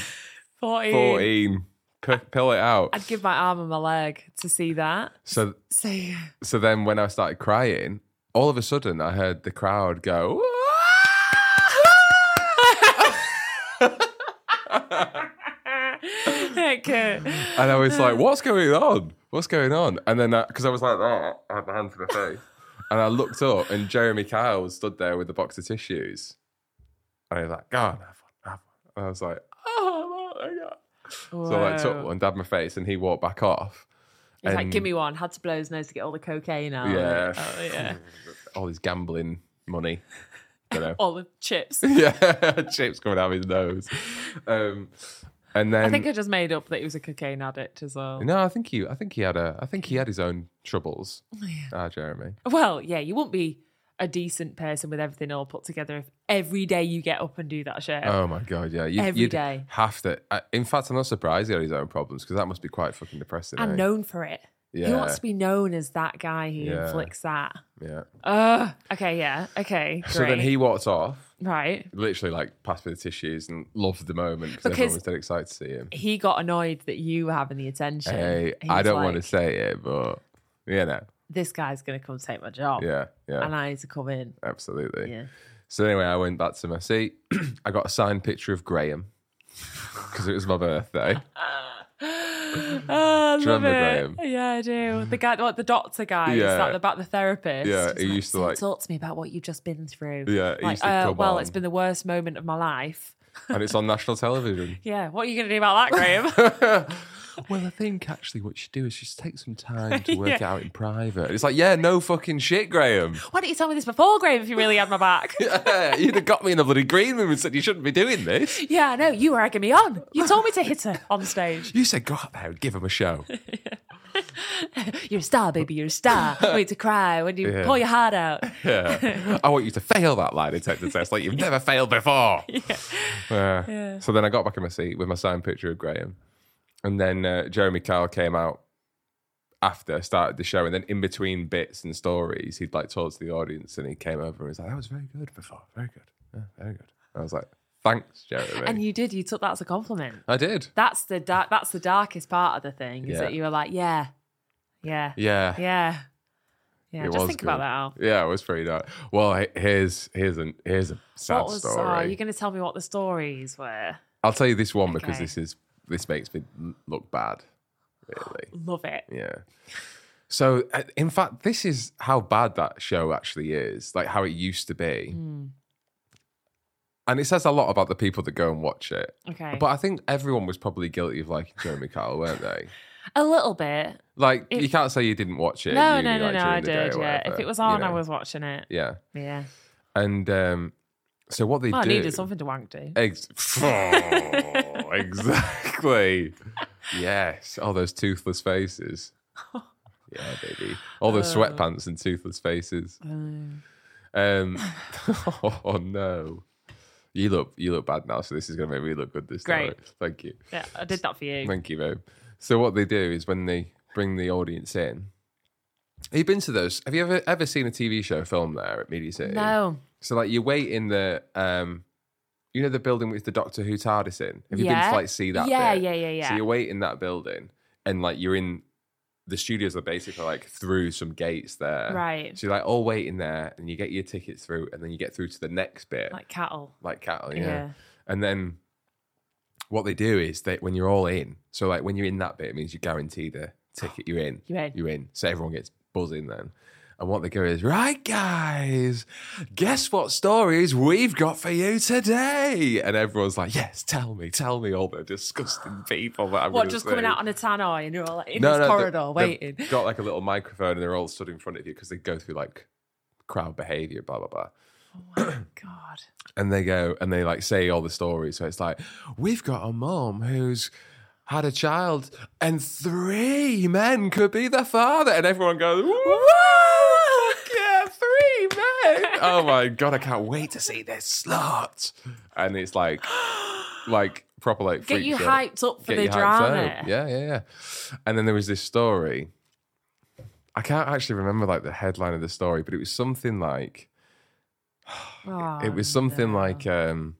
S3: 14.
S2: p- pill it out.
S3: I'd give my arm and my leg to see that.
S2: So
S3: See.
S2: so then when I started crying, all of a sudden I heard the crowd go.
S3: okay.
S2: And I was like, what's going on? What's going on? And then, because I was like that, I had my hand to my face. And I looked up, and Jeremy Kyle was stood there with a box of tissues. And he was like, go on, have one, have one. And I was like, oh, my God. So I like, took one, dabbed my face, and he walked back off.
S3: He's like,
S2: and-
S3: give me one. Had to blow his nose to get all the cocaine out.
S2: Yeah.
S3: Oh, yeah.
S2: All his gambling money. You know.
S3: All the chips.
S2: yeah, chips coming out of his nose. Um, and then
S3: I think I just made up that he was a cocaine addict as well.
S2: no, I think he, I think he had a, I think he had his own troubles.
S3: Oh,
S2: Ah, Jeremy.
S3: Well, yeah, you won't be a decent person with everything all put together if every day you get up and do that shit.
S2: Oh my god, yeah. You,
S3: E- Every
S2: you'd
S3: day.
S2: have to. I, in fact, I'm not surprised he had his own problems because that must be quite fucking depressing. eh?
S3: and known for it.
S2: Yeah.
S3: He wants to be known as that guy who
S2: Yeah.
S3: inflicts that.
S2: Yeah.
S3: Ugh. Okay, yeah. Okay. Great.
S2: So then he walked off,
S3: Right.
S2: literally like passed me the tissues and loved the moment because
S3: Because-
S2: everyone was dead excited to see him.
S3: He got annoyed that you were having the attention.
S2: Hey,
S3: He
S2: I
S3: was
S2: don't want to
S3: like,
S2: say it, but you know,
S3: this guy's going to come take my job.
S2: Yeah, yeah,
S3: And I need to come in.
S2: absolutely.
S3: Yeah.
S2: So anyway, I went back to my seat. I got a signed picture of Graham because it was my birthday.
S3: Ah, I
S2: Do you
S3: love
S2: remember
S3: it. Yeah, I do. The guy, what the doctor guy,
S2: Yeah.
S3: is that the back the therapist?
S2: Yeah,
S3: He's
S2: he used to,
S3: "So
S2: like-
S3: talk to me about what you've just been through.
S2: Yeah, he
S3: like,
S2: used to
S3: uh,
S2: come
S3: well,
S2: on.
S3: it's been the worst moment of my life.
S2: and it's on national television.
S3: Yeah, what are you going to do about that, Graham?
S2: well, I think actually what you should do is just take some time to work it out in private. It's like, yeah, no fucking shit, Graham.
S3: Why didn't you tell me this before, Graham? If you really had my back.
S2: Yeah, you'd have got me in a bloody green room and said you shouldn't be doing this.
S3: yeah, I know you were egging me on. You told me to hit her on stage.
S2: You said go out there and give him a show.
S3: You're a star, baby. You're a star. Wait to cry when you
S2: Yeah.
S3: pour your heart out.
S2: Yeah. I want you to fail that lie detector test like you've never failed before. Yeah. So then I got back in my seat with my signed picture of Graham. And then uh, Jeremy Kyle came out after, started the show. And then in between bits and stories, he'd like talk to the audience and he came over and was like, that was very good before. Very good. Yeah, very good. I was like, thanks, Jeremy.
S3: And you did. You took that as a compliment.
S2: I did.
S3: That's the dark. That's the darkest part of the thing is
S2: Yeah.
S3: that you were like, yeah, yeah,
S2: Yeah.
S3: yeah, yeah.
S2: It
S3: Just
S2: was
S3: think about
S2: good.
S3: that. Al.
S2: Yeah, it was pretty dark. Well, he- here's here's an here's a sad
S3: What was? oh,
S2: story.
S3: you're going to tell me what the stories were?
S2: I'll tell you this one because
S3: Okay.
S2: this is this makes me l- look bad. Really.
S3: Love it.
S2: Yeah. So, uh, in fact, this is how bad that show actually is, like how it used to
S3: Mm.
S2: be. And it says a lot about the people that go and watch it.
S3: Okay,
S2: But I think everyone was probably guilty of liking Jeremy Kyle, weren't they?
S3: a little bit.
S2: Like,
S3: It-
S2: you can't say you didn't watch it.
S3: No,
S2: at
S3: no,
S2: uni,
S3: no,
S2: like,
S3: no.
S2: during
S3: I
S2: the day or
S3: did. Yeah.
S2: whatever,
S3: If it was
S2: you
S3: on, I
S2: know?
S3: was watching it.
S2: Yeah.
S3: Yeah.
S2: And um, so, what they
S3: Well, I
S2: do.
S3: needed something to wank to.
S2: Ex- exactly. yes. All those toothless faces. Yeah, baby. All
S3: Uh.
S2: those sweatpants and toothless faces. Uh, Um, oh no. You look you look bad now, so this is gonna make me look good this time.
S3: Great.
S2: Thank you.
S3: yeah, I did that for you.
S2: Thank you, babe. So what they do is when they bring the audience in. Have you been to those? Have you ever ever seen a TV show film there at Media City?
S3: No.
S2: So like you wait in the um you know the building with the Doctor Who TARDIS in? Have you been
S3: Yeah.
S2: to like see that?
S3: Yeah,
S2: bit?
S3: yeah, yeah, yeah.
S2: So you wait in that building and like you're in the studios are basically like through some gates there.
S3: Right.
S2: So you're like all waiting there and you get your tickets through and then you get through to the next bit. Like,
S3: Like cattle.
S2: cattle, yeah.
S3: Yeah.
S2: And then what they do is that when you're all in, so like when you're in that bit, it means you guarantee the ticket you're in.
S3: You're in.
S2: You're in. So everyone gets buzzing then. And what they go is, right, guys, guess what stories we've got for you today? And everyone's like, yes, tell me, tell me all the disgusting people that I'm
S3: What
S2: gonna
S3: just
S2: say.
S3: coming out on a tannoy and you're all like in
S2: No,
S3: this
S2: no, they-
S3: corridor
S2: they've
S3: waiting.
S2: Got like a little microphone and they're all stood in front of you because they go through like crowd behavior, blah, blah, blah.
S3: Oh God.
S2: and they go and they like say all the stories. So it's like, we've got a mom who's had a child, and three men could be the father, and everyone goes, "Whoa, yeah, three men!" oh my god, I can't wait to see this slut. And it's like, like proper like
S3: Get
S2: freak
S3: you
S2: show.
S3: hyped up for
S2: Get
S3: the
S2: you hyped up.
S3: drama.
S2: Yeah, yeah, yeah. And then there was this story. I can't actually remember like the headline of the story, but it was something like
S3: Oh,
S2: it was something like um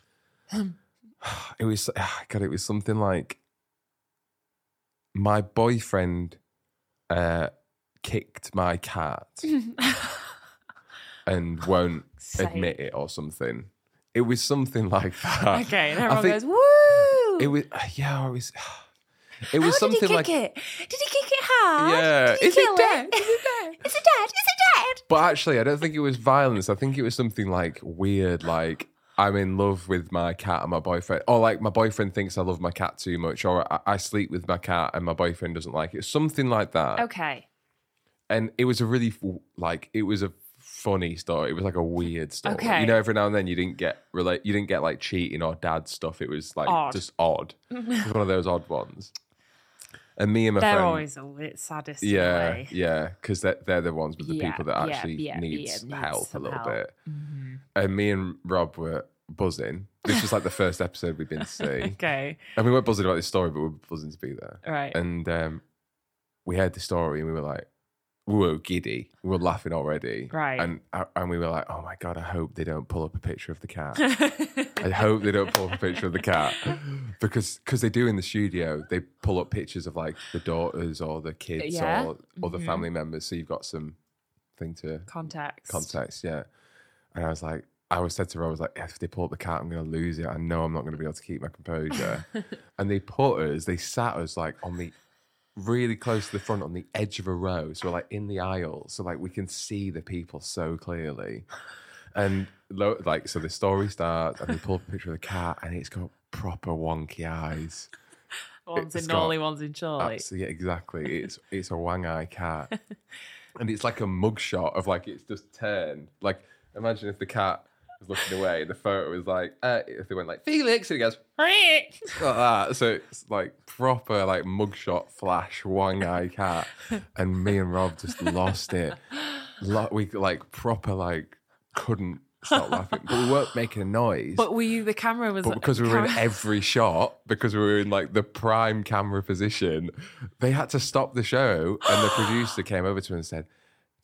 S2: it was god it was something like my boyfriend uh kicked my cat and won't
S3: Sake.
S2: admit it or something it was something like that
S3: Okay, and
S2: I
S3: everyone
S2: think
S3: goes, woo! "Oh,
S2: it was yeah it was it was
S4: How
S2: something
S4: did he
S2: like
S4: kick it? Did he kick it hard?
S2: yeah
S4: Did he
S2: Is it
S4: kill
S2: dead?
S4: Is it dead? Is it dead? Is it dead?
S2: But actually, I don't think it was violence. I think it was something like weird, like I'm in love with my cat and my boyfriend, or like my boyfriend thinks I love my cat too much, or I, I sleep with my cat and my boyfriend doesn't like it, something like that.
S3: okay.
S2: And it was a really f- like it was a funny story. It was like a weird story.
S3: Okay.
S2: You know, every now and then you didn't get relate, you didn't get like cheating or dad stuff. It was like
S3: Odd.
S2: just odd. it was one of those odd ones. And me and my
S3: They're
S2: friend,
S3: always a bit saddest. in a
S2: yeah,
S3: way.
S2: yeah, because they're, they're the ones with the
S3: Yeah,
S2: people that
S3: yeah,
S2: actually
S3: yeah, yeah,
S2: needs
S3: needs
S2: help a
S3: some
S2: little
S3: help.
S2: bit. And me and Rob were buzzing. This was like the first episode we'd been to see,
S3: Okay.
S2: and we weren't buzzing about this story, but we were buzzing to be there.
S3: Right.
S2: And um, we heard the story, and we were like, we were giddy. We were laughing already.
S3: Right.
S2: And and we were like, oh my god, I hope they don't pull up a picture of the cat. I hope they don't pull up a picture of the cat because because they do in the studio. They pull up pictures of like the daughters or the kids
S3: Yeah.
S2: or other
S3: Mhm.
S2: family members. So you've got some thing to
S3: Context.
S2: context. Yeah. And I was like, I was said to her, I was like, if they pull up the cat, I'm going to lose it. I know I'm not going to be able to keep my composure. and they put us, they sat us like on the really close to the front on the edge of a row. So we're like in the aisle. So like we can see the people so clearly. And lo- like, so the story starts and they pull up a picture of the cat and it's got proper wonky eyes.
S3: One's in
S2: It's got-
S3: Norley, one's in Charlie.
S2: Abs- yeah, exactly. It's it's a wang eye cat, and it's like a mugshot of like it's just turned. Like imagine if the cat was looking away, the photo is like uh, if they went like Felix, and he goes like that. So it's like proper like mugshot flash wang eye cat, and me and Rob just lost it. Lo- we like proper like couldn't stop laughing, but we weren't making a noise.
S3: But were you the camera was
S2: But because we were in
S3: camera-
S2: every shot, because we were in like the prime camera position, they had to stop the show. And the producer came over to us and said,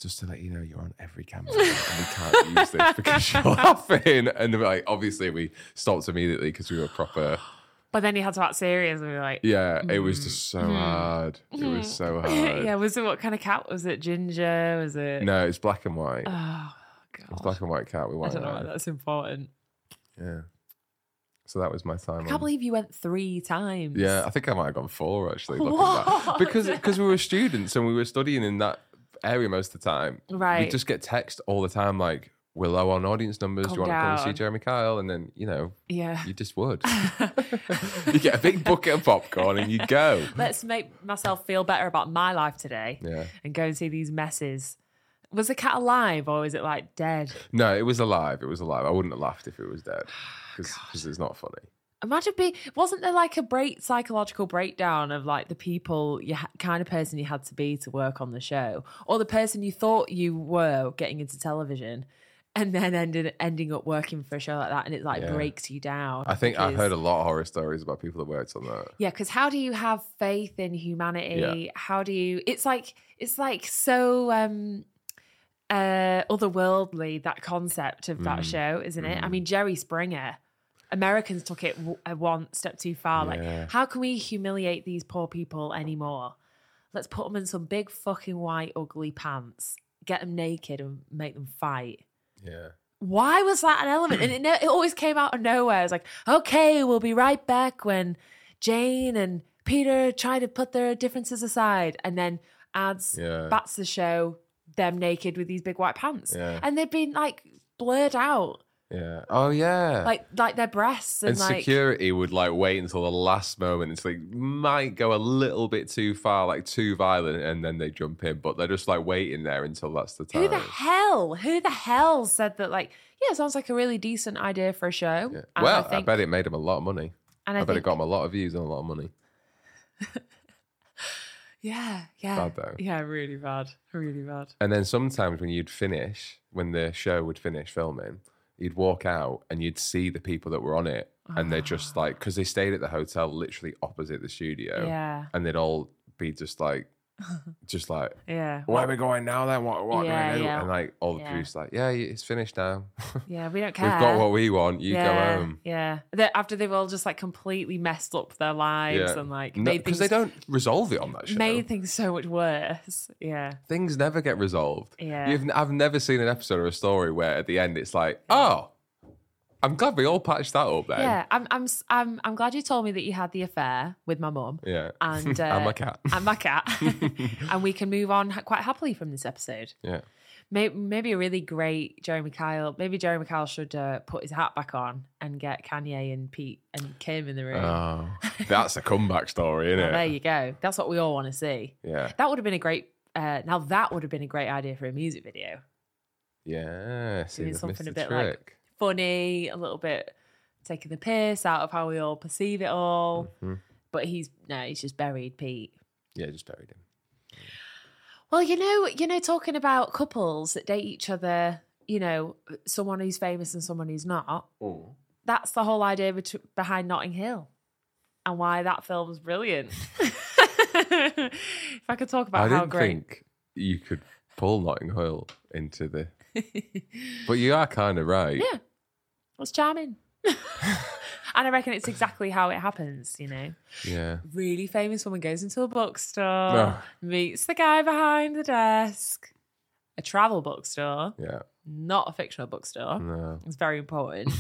S2: just to let you know, you're on every camera and we can't use this because you're laughing. And they were like, obviously, we stopped immediately because we were proper.
S3: But then you had to act serious and we were like,
S2: Yeah, it was just so hard. It was so hard.
S3: Mm-hmm. yeah, was it what kind of cat? Was it ginger? Was it
S2: Uh, No, it's black and white.
S3: Oh
S2: It's
S3: god.
S2: black and white cat. We
S3: I
S2: white
S3: don't know why
S2: eye.
S3: that's important.
S2: Yeah. So that was my time.
S3: I
S2: on-
S3: can't believe you went three times.
S2: Um, Yeah, I think I might have gone four actually. looking back. Because
S3: What?
S2: because we were students and we were studying in that area most of the time.
S3: Right.
S2: We just get text all the time like, "We're low on audience numbers. Do you
S3: Calm
S2: want to come
S3: down.
S2: see Jeremy Kyle?" And then you know
S3: Yeah.
S2: you just would. you get a big bucket of popcorn and you go.
S3: Let's make myself feel better about my life today
S2: Yeah.
S3: and go and see these messes. Was the cat alive or is it like dead?
S2: No, it was alive. It was alive. I wouldn't have laughed if it was dead
S3: Oh,
S2: because it's not funny.
S3: Imagine being, wasn't there like a break, psychological breakdown of like the people, you ha- kind of person you had to be to work on the show or the person you thought you were getting into television and then ended, ending up working for a show like that and it like
S2: Yeah.
S3: breaks you down?
S2: I think I've
S3: because-
S2: heard a lot of horror stories about people that worked on that.
S3: Yeah, because how do you have faith in humanity? How do you? It's like it's like so um uh otherworldly that concept of that
S2: Mm,
S3: show, isn't it? I
S2: mm.
S3: mean, Jerry Springer. Americans took it w- uh, one step too far.
S2: Yeah.
S3: Like, how can we humiliate these poor people anymore? Let's put them in some big fucking white ugly pants, get them naked, and make them fight
S2: Yeah.
S3: why was that an element? And it, ne- it always came out of nowhere. It's like, okay, we'll be right back when Jane and Peter try to put their differences aside, and then adds
S2: Yeah.
S3: bats the show them naked with these big white pants,
S2: Yeah.
S3: and they've been like blurred out,
S2: Yeah. Oh yeah.
S3: like like their breasts and,
S2: and
S3: like
S2: security would like wait until the last moment until it might go a little bit too far, like too violent, and then they jump in. But they're just like waiting there until that's the time.
S3: Who the hell? Who the hell said that? Like, yeah, sounds like a really decent idea for a show.
S2: Yeah.
S3: And
S2: Well, I,
S3: I, think,
S2: bet it made them a lot of money.
S3: and
S2: I,
S3: I,
S2: bet
S3: think,
S2: it got them a lot of views and a lot of money.
S3: yeah, yeah,
S2: Bad though.
S3: yeah, really bad, really bad.
S2: And then sometimes when you'd finish, when the show would finish filming, you'd walk out and you'd see the people that were on it, and they're just like because they stayed at the hotel literally opposite the studio,
S3: Ah. Yeah,
S2: and they'd all be just like, just like.
S3: yeah.
S2: where are we going now then? What, what
S3: Yeah,
S2: do we do?
S3: yeah.
S2: And like all the
S3: Yeah.
S2: producers like, yeah, it's finished now.
S3: Yeah, we don't care.
S2: We've got what we want. You
S3: yeah,
S2: go home.
S3: Yeah. That after they've all just like completely messed up their lives
S2: Yeah.
S3: and like made
S2: Because
S3: things
S2: they don't resolve it on that show.
S3: made things so much worse. Yeah.
S2: Things never get resolved.
S3: Yeah.
S2: You've, I've never seen an episode or a story where at the end it's like, oh, I'm glad we all patched that up then.
S3: Yeah. I'm I'm s- I'm I'm glad you told me that you had the affair with my mum
S2: Yeah.
S3: And, uh,
S2: and my cat.
S3: and my cat. and we can move on ha- quite happily from this episode.
S2: yeah.
S3: Maybe, maybe a really great Jeremy Kyle. Maybe Jeremy Kyle should uh, put his hat back on and get Kanye and Pete and Kim in the room.
S2: Oh, that's a comeback story, isn't
S3: Well, there
S2: it?
S3: you go. That's what we all want to see.
S2: Yeah.
S3: That would have been a great. Uh, now that would have been a great idea for a music video.
S2: Yeah. See,
S3: Doing
S2: they've
S3: something
S2: missed
S3: a
S2: the
S3: bit like-
S2: trick.
S3: funny, a little bit taking the piss out of how we all perceive it all.
S2: Mhm.
S3: But he's no, he's just buried Pete.
S2: Yeah, just buried him.
S3: Well, you know, you know, talking about couples that date each other, you know, someone who's famous and someone who's not.
S2: Oh.
S3: That's the whole idea bet- behind Notting Hill, and why that film's brilliant. if I could talk about
S2: I
S3: how
S2: didn't
S3: great,
S2: think you could pull Notting Hill into the. But you are kind of right.
S3: Yeah. was charming. and I reckon it's exactly how it happens, you know.
S2: Yeah.
S3: Really famous woman goes into a bookstore,
S2: Ah.
S3: meets the guy behind the desk, a travel bookstore,
S2: Yeah. Mm.
S3: not a fictional bookstore.
S2: No.
S3: It's very important.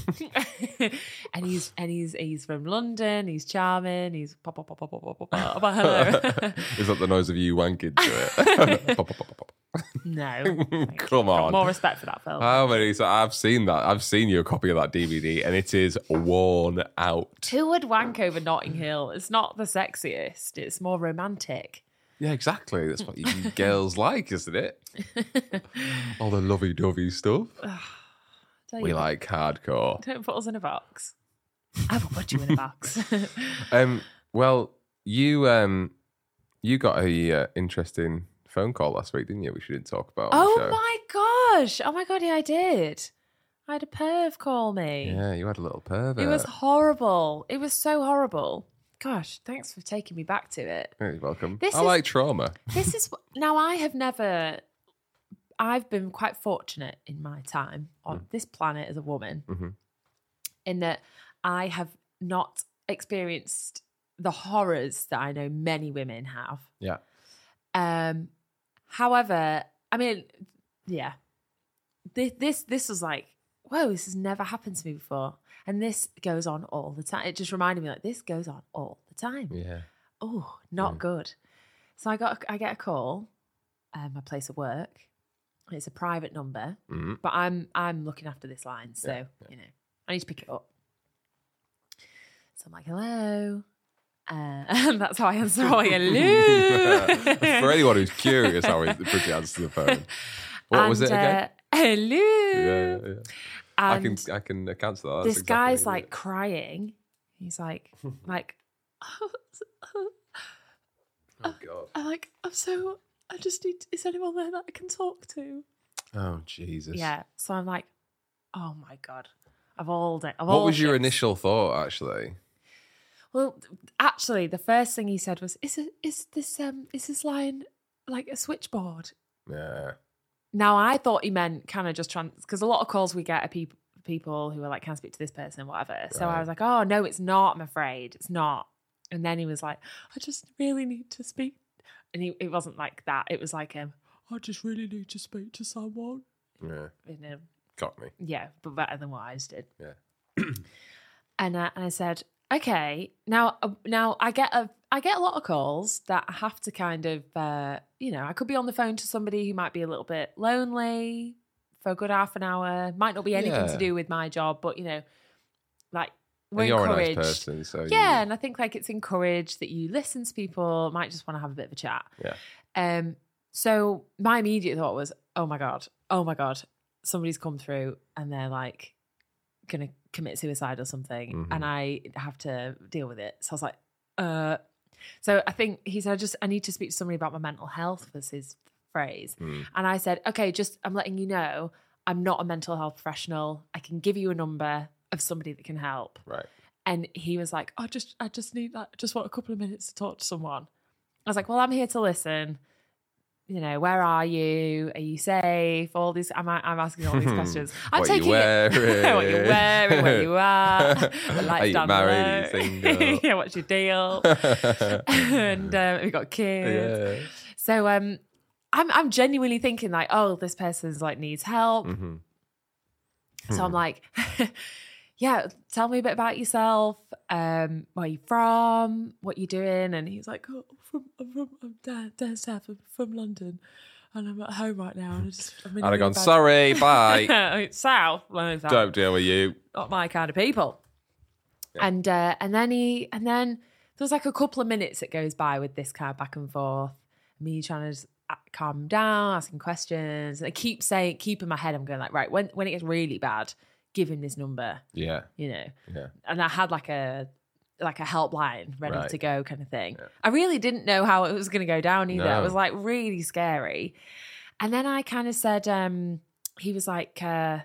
S3: and he's and he's he's from London. He's charming. He's pop pop pop pop pop pop pop pop. pop, Uh, Hello.
S2: Is that the noise of you wanking to it? Pop, pop, pop, pop,
S3: no,
S2: pop. Come on.
S3: more respect for that film.
S2: How many? So I've seen that. I've seen your copy of that DVD, and it is worn out.
S3: Who would wank over Notting Hill? It's not the sexiest. It's more romantic.
S2: Yeah, exactly. That's what you girls like, isn't it? All the lovey-dovey stuff.
S3: Don't
S2: We
S3: you-
S2: like hardcore.
S3: Don't put us in a box. I will put you in a box.
S2: Um, well, you um, you got a uh, interesting phone call last week, didn't you? Which we didn't talk about. On
S3: oh
S2: the show.
S3: my gosh! Oh my god! Yeah, I did. I had a perv call me.
S2: Yeah, you had a little pervert.
S3: It was horrible. It was so horrible. Gosh, thanks for taking me back to it.
S2: Hey, You're welcome.
S3: This
S2: I
S3: is-
S2: like trauma.
S3: This is wh- now I have never I've been quite fortunate in my time on this planet as a woman
S2: Mhm.
S3: in that I have not experienced the horrors that I know many women have.
S2: Yeah.
S3: Um however, I mean yeah. This this this was like whoa, this has never happened to me before. And this goes on all the time. It just reminded me like this goes on all the time
S2: Yeah.
S3: oh, not
S2: Mm.
S3: good. So I got I get a call, um, my place of work. It's a private number,
S2: Mm.
S3: but I'm I'm looking after this line, so you know I need to pick it up. So I'm like, hello. Uh, and that's how I answer all hello.
S2: For anyone who's curious how he- Bridget answers the phone. What was it
S3: And,
S2: again?
S3: Uh, hello.
S2: Yeah, yeah, yeah. I can
S3: And-
S2: I can account for that. That's
S3: this
S2: exactly
S3: guy's
S2: what
S3: like
S2: it is.
S3: crying. He's like, like,
S2: oh
S3: I'm like, I'm so. I just need. Is anyone there that I can talk to?
S2: god, oh Jesus.
S3: Yeah. So I'm like, oh my god, I've all day. I've
S2: What
S3: all
S2: was your
S3: shits.
S2: initial thought actually?
S3: Well, actually, the first thing he said was, "Is it, is this um is this line like a switchboard?"
S2: Yeah.
S3: Now I thought he meant kind of just trans because a lot of calls we get are people people who are like, "Can I speak to this person?" whatever. So I
S2: Right.
S3: was like, "Oh no, it's not. I'm afraid it's not." And then he was like, "I just really need to speak," and he, it wasn't like that. It was like um, "I just really need to speak to someone."
S2: Yeah.
S3: In a
S2: Got me.
S3: Yeah, but better than what I just did.
S2: Yeah.
S3: and, I, and I said, okay, now uh, now I get a I get a lot of calls that I have to kind of uh, you know I could be on the phone to somebody who might be a little bit lonely for a good half an hour. Might not be anything
S2: Yeah.
S3: to do with my job, but you know, like
S2: And
S3: we're
S2: you're
S3: encouraged.
S2: a nice person, so you-
S3: Yeah, and I think like it's encouraged that you listen to people, might just want to have a bit of a chat.
S2: Yeah.
S3: Um so my immediate thought was, oh my God, oh my God, somebody's come through and they're like gonna commit suicide or
S2: Mhm.
S3: something and I have to deal with it. So I was like, uh so I think he said, I just I need to speak to somebody about my mental health was his phrase.
S2: Mm.
S3: And I said, okay, just I'm letting you know I'm not a mental health professional. I can give you a number of somebody that can help
S2: Right.
S3: and he was like, "I just, I just need that. I just want a couple of minutes to talk to someone." I was like, "Well, I'm here to listen. You know, where are you? Are you safe? All these. I'm, I'm asking all these questions. I'm
S2: What you
S3: taking it- what you
S2: wearing?
S3: wearing, where you are, the lights
S2: Are you
S3: down
S2: married? Are you
S3: below.
S2: single?
S3: yeah, what's your deal? and um, have you got kids?
S2: yeah.
S3: So um, I'm I'm genuinely thinking like, oh, this person's like needs help.
S2: Mhm.
S3: So
S2: Hmm.
S3: I'm like, yeah, tell me a bit about yourself. Um, where you from? What you doing? And he's like, oh, from I'm from I'm down, down south, I'm from London, and I'm at home right now. And I just I'm in
S2: I'd
S3: a
S2: have
S3: really
S2: gone,
S3: bad-
S2: sorry, bye.
S3: It's south, well, it's
S2: Don't deal with you.
S3: not my kind of people. And uh, and then he and then there's like a couple of minutes that goes by with this kind of back and forth, me trying to just a- calm down, asking questions. And I keep saying, keep in my head, I'm going like, right, when when it gets really bad, give him this number,
S2: Yeah.
S3: you know.
S2: Yeah.
S3: And I had like a like a helpline ready
S2: Right.
S3: to go kind of thing. I really didn't know how it was going to go down either.
S2: No.
S3: It was like really scary. And then I kind of said, um, he was like, uh,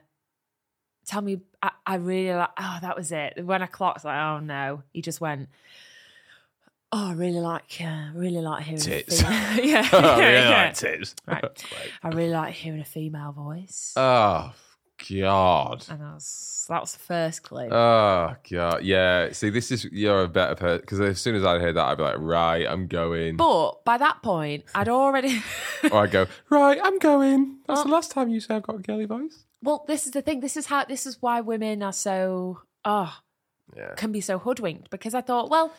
S3: tell me, I, I really like, oh, that was it. When I clocked, like, oh no, he just went, oh, I really like, uh, really like hearing a
S2: Tits.
S3: female- yeah,
S2: Oh, I really
S3: yeah.
S2: like tits.
S3: Right.
S2: Like,
S3: I really like hearing a female voice.
S2: oh God.
S3: and that was that was the first clue.
S2: Oh God. Yeah. See, this is you're a better person because as soon as I heard that, I'd be like, right, I'm going.
S3: but by that point, I'd already.
S2: or I go, right, I'm going. That's
S3: Oh.
S2: the last time you say I've got a girly voice.
S3: well, this is the thing. This is how. This is why women are so. Oh,
S2: Yeah.
S3: can be so hoodwinked because I thought, well,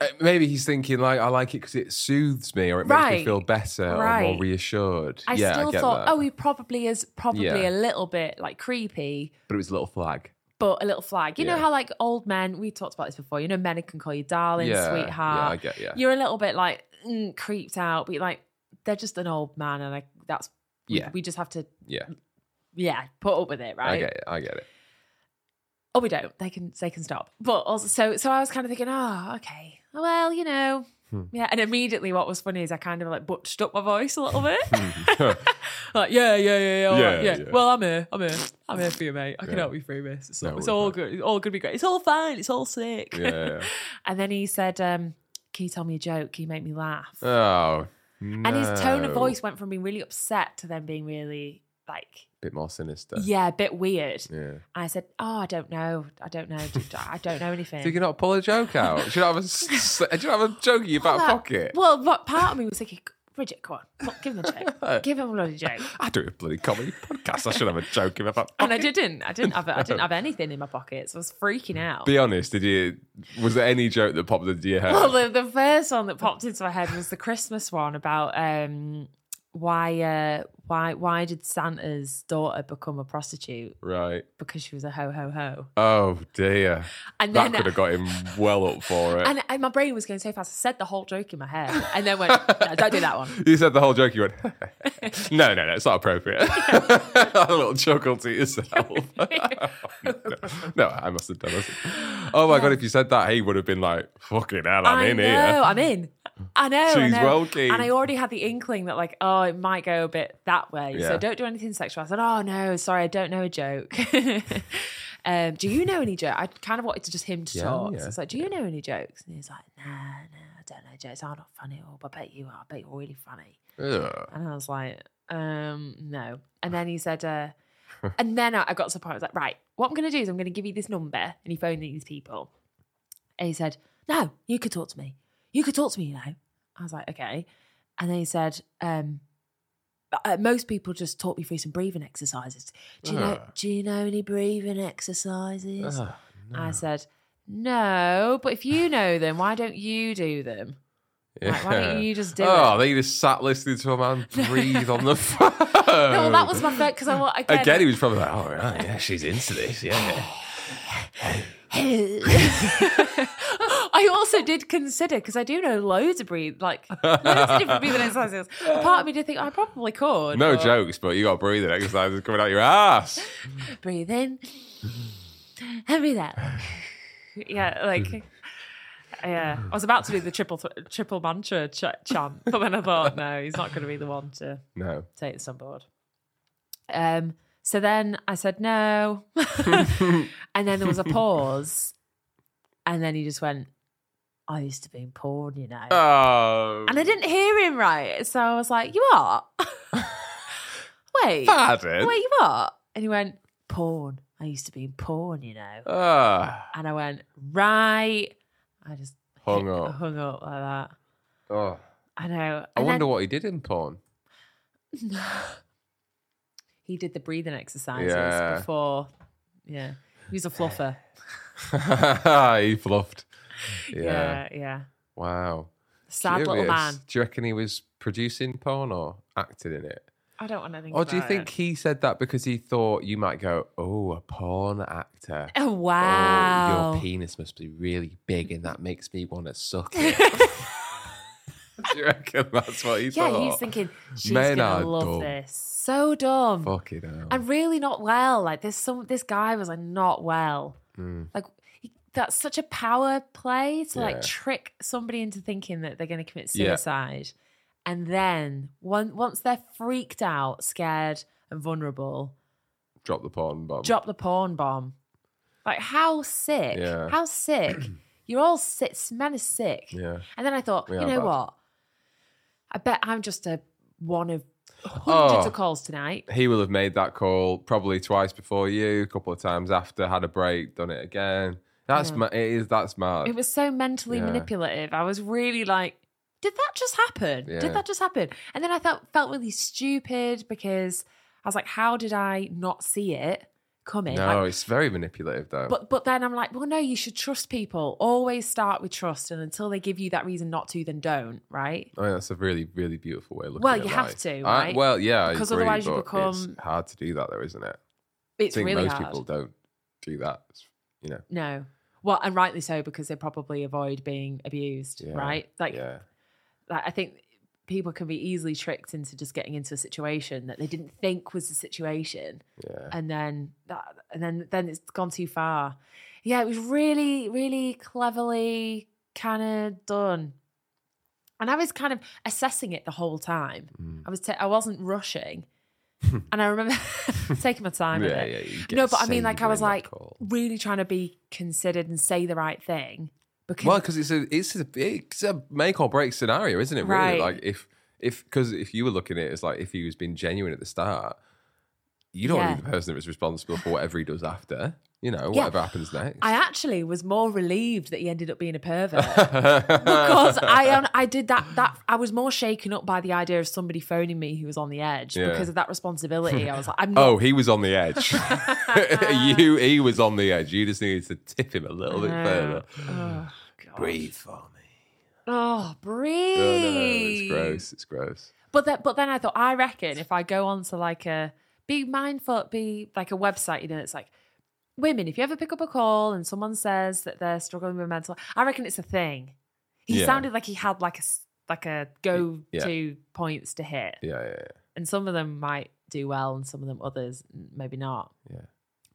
S2: Uh, Maybe he's thinking like, I like it because it soothes me, or it makes me
S3: Right.
S2: feel better, or
S3: Right.
S2: more reassured.
S3: I
S2: yeah,
S3: still
S2: I get
S3: thought,
S2: that.
S3: oh, he probably is probably
S2: Yeah.
S3: a little bit like creepy,
S2: but it was a little flag.
S3: but a little flag. You
S2: Yeah.
S3: know how like old men, we talked about this before, you know, men can call you darling,
S2: yeah, Yeah, I
S3: sweetheart.
S2: get. Yeah.
S3: You're a little bit like mm, creeped out, but you're like, they're just an old man. And like, that's, we-
S2: Yeah.
S3: we, just have to,
S2: yeah.
S3: yeah, put up with it, right?
S2: I get. It, I get it.
S3: Oh, we don't. They can, they can stop. But also, so, so I was kind of thinking, oh, okay. Well, you know,
S2: Hmm.
S3: yeah. And immediately what was funny is I kind of like butched up my voice a little bit.
S2: Hmm. yeah.
S3: Like, yeah, yeah, yeah, yeah, all
S2: Yeah,
S3: right, yeah.
S2: yeah.
S3: Well, I'm here. I'm here. I'm here for you, mate. I can
S2: Yeah.
S3: help you through this. It's,
S2: No
S3: all- it's
S2: worries,
S3: all
S2: mate.
S3: good. It's all going to be great. It's all fine. It's all sick.
S2: yeah.
S3: and then he said, um, can you tell me a joke? Can you make me laugh?
S2: Oh.
S3: and his tone of
S2: no.
S3: voice went from being really upset to then being really like,
S2: bit more sinister.
S3: yeah, a bit weird.
S2: Yeah.
S3: I said, oh, I don't know. I don't know. I don't know
S2: Do you
S3: anything.
S2: not pull a joke out? Should I have a, s- s- do you not have a joke in your
S3: Well,
S2: back
S3: that-
S2: pocket?
S3: Well, but part of me was thinking, Bridget, come on, look, give him a joke. give him a bloody joke.
S2: I do a bloody comedy podcast. I should have a joke in my back
S3: And I
S2: pocket.
S3: didn't. I didn't have. I didn't have anything in my pockets. I was freaking out.
S2: Be honest, did you? Was there any joke that popped into your head?
S3: Well, the, the first one that popped into my head was the Christmas one about um, why uh, why why did Santa's daughter become a prostitute
S2: right.
S3: because she was a ho ho ho,
S2: Oh dear.
S3: and
S2: That
S3: then
S2: could have got him well up for it.
S3: and, and my brain was going so fast. I said the whole joke in my head, and then went, no, don't do that one.
S2: You said the whole joke. You went, no, no, no, it's not appropriate. a little chuckle to yourself. no, no, I must have done this. Oh my god, if you said that, he would have been like, "Fucking hell, I'm
S3: I
S2: in
S3: know,
S2: here."
S3: I'm in. I know. I
S2: She's
S3: know.
S2: well keen.
S3: And I already had the inkling that, like, oh, it might go a bit that way.
S2: Yeah.
S3: So don't do anything sexual. I said, oh, no, sorry, I don't know a joke. um, do you know any joke? I kind of wanted to just him to
S2: Yeah,
S3: talk.
S2: yeah,
S3: So it's like, do you know any jokes? And he's like, nah, nah, I don't know jokes. I'm not funny at all, but I bet you are. I bet you're really funny.
S2: Ugh.
S3: And I was like, um, no. And then he said, uh, and then I, I got to the point, I was like, right, what I'm going to do is I'm going to give you this number. And he phoned these people. And he said, no, you could talk to me. You could talk to me, you know. I was like, okay. And then he said, um, uh, most people just talk me through some breathing exercises. Do you know?
S2: Ah.
S3: Do you know any breathing exercises?
S2: Ugh,
S3: I said, no. But if you know them, why don't you do them? Like, why
S2: yeah.
S3: don't you just do it?
S2: Oh, they just sat listening to a man breathe on the phone.
S3: No, well, that was my first because I want again.
S2: Oh. Again, he was probably like, "All right, yeah, she's into this, yeah."
S3: I also did consider because I do know loads of breathe, like loads of different breathing exercises. A part of me did think I probably could.
S2: No
S3: but-
S2: jokes, but you got breathing exercises coming out your ass.
S3: Breathe in and breathe out. yeah, like. Yeah, I was about to do the triple th- triple mantra ch- chant, but then I thought, no, he's not going to be the one to
S2: No,
S3: take this on board. Um, so then I said no, and then there was a pause, and then he just went, "I used to be in porn, you know,"
S2: oh,
S3: and I didn't hear him right, so I was like, "You are? wait,
S2: pardon.
S3: wait, you are?" And he went, "Porn. I used to be in porn, you know,"
S2: Ah,
S3: and I went, "Right." I just
S2: hung
S3: hit-
S2: up.
S3: hung up like that.
S2: Oh.
S3: I know.
S2: I
S3: Uh-huh. And
S2: wonder
S3: then
S2: what he did in porn.
S3: he did the breathing exercises
S2: Yeah.
S3: before. Yeah, he was a fluffer.
S2: he fluffed. Yeah.
S3: Yeah, yeah.
S2: Wow.
S3: Sad little
S2: Curious.
S3: man.
S2: Do you reckon he was producing porn or acted in it?
S3: I don't want to think.
S2: Or do you think he said that because he thought you might go, oh, a porn actor?
S3: Oh,
S2: Oh,
S3: wow.
S2: your penis must be really big and that makes me want to suck it. do you reckon that's what he
S3: yeah,
S2: thought?
S3: he's thinking she's
S2: Men are
S3: gonna love
S2: dumb.
S3: this. So dumb.
S2: Fucking hell.
S3: And really not well. Like this, some this guy was like not well.
S2: Mm.
S3: Like he, that's such a power play to
S2: Yeah.
S3: like trick somebody into thinking that they're going to commit
S2: Yeah.
S3: suicide, and then one, once they're freaked out, scared, and vulnerable,
S2: Drop the porn bomb.
S3: drop the porn bomb. Like how sick?
S2: Yeah.
S3: How sick You're all sick. Men are sick.
S2: Yeah.
S3: And then I thought,
S2: We
S3: you
S2: are
S3: know
S2: bad.
S3: what? I bet I'm just a one of hundreds
S2: Oh.
S3: of calls tonight.
S2: He will have made that call probably twice before you, a couple of times after, had a break, done it again. That's
S3: Yeah.
S2: ma- it is that smart.
S3: It was so mentally
S2: Yeah.
S3: manipulative. I was really like, did that just happen?
S2: Yeah.
S3: Did that just happen? And then I felt felt really stupid because I was like, how did I not see it coming?
S2: no,
S3: Like,
S2: it's very manipulative though.
S3: But but then I'm like, well, no, you should trust people. Always start with trust, and until they give you that reason not to, then don't. Right?
S2: I mean, that's a really, really beautiful way of looking
S3: Well,
S2: at
S3: you
S2: life.
S3: have
S2: I-
S3: to, right?
S2: well, yeah, I
S3: Because
S2: agree,
S3: otherwise you
S2: but
S3: become-
S2: It's hard to do that, though, isn't it?
S3: It's
S2: I think
S3: really
S2: most
S3: hard.
S2: people don't do that. It's- You know,
S3: No. Well, and rightly so because they probably avoid being abused,
S2: Yeah,
S3: right? Like,
S2: yeah,
S3: like, I think people can be easily tricked into just getting into a situation that they didn't think was the situation,
S2: yeah.
S3: and then that, and then then it's gone too far. Yeah, it was really, really cleverly kind of done, and I was kind of assessing it the whole time.
S2: Mm.
S3: I was ta- I wasn't rushing, and I remember taking my time. with
S2: yeah,
S3: it
S2: yeah, you get
S3: no, but I mean, like, I
S2: savouring
S3: was
S2: that
S3: like
S2: call.
S3: really trying to be considered and say the right thing because
S2: Well, because it's a it's a it's a make or break scenario, isn't it? Really,
S3: Right.
S2: like if if because if you were looking at it as like if he was being genuine at the start, you don't
S3: Yeah.
S2: want to be the person that was responsible for whatever he does after. You know,
S3: Yeah.
S2: whatever happens next.
S3: I actually was more relieved that he ended up being a pervert because I um, I did that that I was more shaken up by the idea of somebody phoning me who was on the edge
S2: Yeah.
S3: because of that responsibility. I was like, I'm not.
S2: Oh, he was on the edge. you, he was on the edge. You just needed to tip him a little bit further.
S3: Uh, Oh, God.
S2: Breathe for me.
S3: Oh, breathe.
S2: No, no, no, it's gross. It's gross.
S3: But then, but then I thought, I reckon if I go on to like a be mindful, be like a website, you know, it's like women. If you ever pick up a call and someone says that they're struggling with mental, I reckon it's a thing. He
S2: Yeah.
S3: sounded like he had like a s- like a go to points to hit,
S2: Yeah, yeah, yeah.
S3: and some of them might do well, and some of them others maybe not.
S2: Yeah.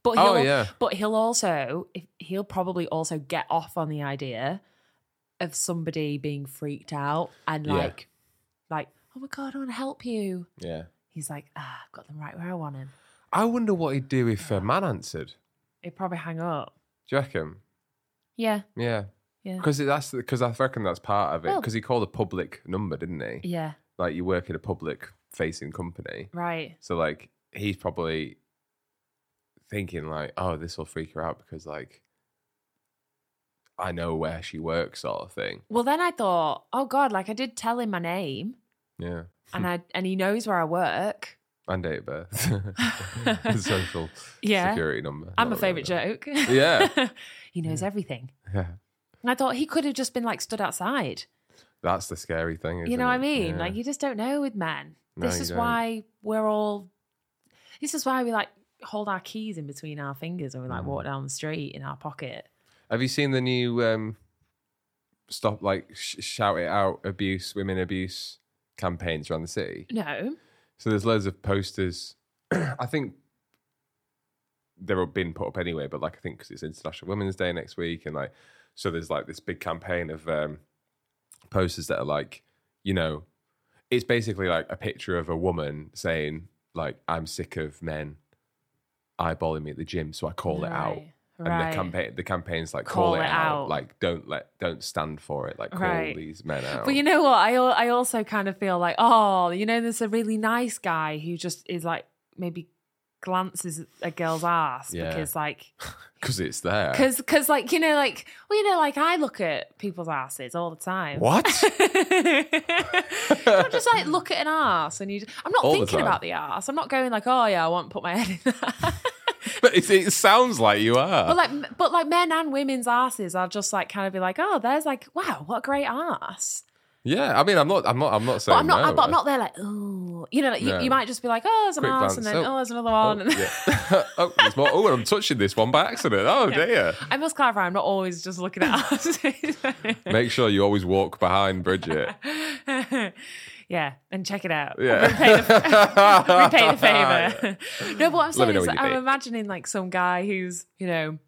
S3: But he'll,
S2: Oh, yeah.
S3: but he'll also if- he'll probably also get off on the idea of somebody being freaked out and
S2: Yeah.
S3: like like oh my god, I want to help you.
S2: Yeah.
S3: He's like, ah, I've got them right where I want him.
S2: I wonder what he'd do if a man answered.
S3: He'd probably hang up.
S2: Do you reckon?
S3: Yeah,
S2: Yeah.
S3: yeah,
S2: Because that's because I reckon that's part of it.
S3: Well-
S2: Because he called a public number, didn't he?
S3: yeah.
S2: Like you work in a public facing company,
S3: Right.
S2: so like he's probably thinking like, "Oh, this will freak her out because like I know where she works," sort of thing.
S3: Well, then I thought, oh god, like I did tell him my name,
S2: Yeah,
S3: and I and he knows where I work.
S2: and date of birth, social
S3: Yeah.
S2: security number.
S3: I'm
S2: not
S3: a favourite
S2: really.
S3: joke.
S2: Yeah.
S3: he knows everything.
S2: Yeah.
S3: And I thought he could have just been like stood outside.
S2: That's the scary thing.
S3: you
S2: isn't
S3: know what I
S2: it?
S3: mean?
S2: Yeah.
S3: Like you just don't know with men.
S2: No,
S3: this
S2: you
S3: is
S2: don't.
S3: why we're all. This is why we like hold our keys in between our fingers when we like
S2: Mm.
S3: walk down the street in our pocket.
S2: Have you seen the new um, stop like sh- shout it out abuse women abuse campaigns around the city?
S3: No.
S2: So there's loads of posters. I think they're all being put up anyway, but like I think because it's International Women's Day next week, and like so there's like this big campaign of um, posters that are like you know it's basically like a picture of a woman saying like I'm sick of men eyeballing me at the gym, so I call it out
S3: Right.
S2: and
S3: right.
S2: the campaign the campaign's like
S3: Call
S2: call,
S3: it
S2: it, out.
S3: out.
S2: like don't let don't stand for it like call
S3: Right.
S2: these men out
S3: But you know what? I al- I also kind of feel like oh, you know, there's a really nice guy who just is like maybe glances at a girl's ass
S2: Yeah.
S3: because like
S2: because it's there
S3: because because like you know like well you know like I look at people's asses all the time.
S2: what
S3: Don't just like look at an ass and you. I'm not
S2: All the
S3: thinking
S2: time.
S3: about the ass. I'm not going like, oh yeah, I want to put my head in that.
S2: but it, it sounds like you are
S3: but like, but like men and women's asses are just like kind of be like, oh, there's like, wow, what a great ass.
S2: yeah i mean i'm not i'm not i'm not saying
S3: But I'm not,
S2: no.
S3: but I'm not there like, oh, you know, like, you,
S2: No.
S3: you might just be like, oh, there's an
S2: Quick
S3: ass,
S2: glance.
S3: and then
S2: Oh.
S3: oh, there's another
S2: oh,
S3: one. and then-
S2: yeah. oh, there's more. oh i'm touching this one by accident oh dear
S3: I must clarify, I'm not always just looking at asses.
S2: make sure you always walk behind bridget
S3: yeah, and check it out.
S2: Yeah.
S3: Repay the, repay the favor. no, but what
S2: Let me
S3: I'm saying
S2: know
S3: is
S2: what you
S3: I'm
S2: think.
S3: imagining like some guy who's, you know,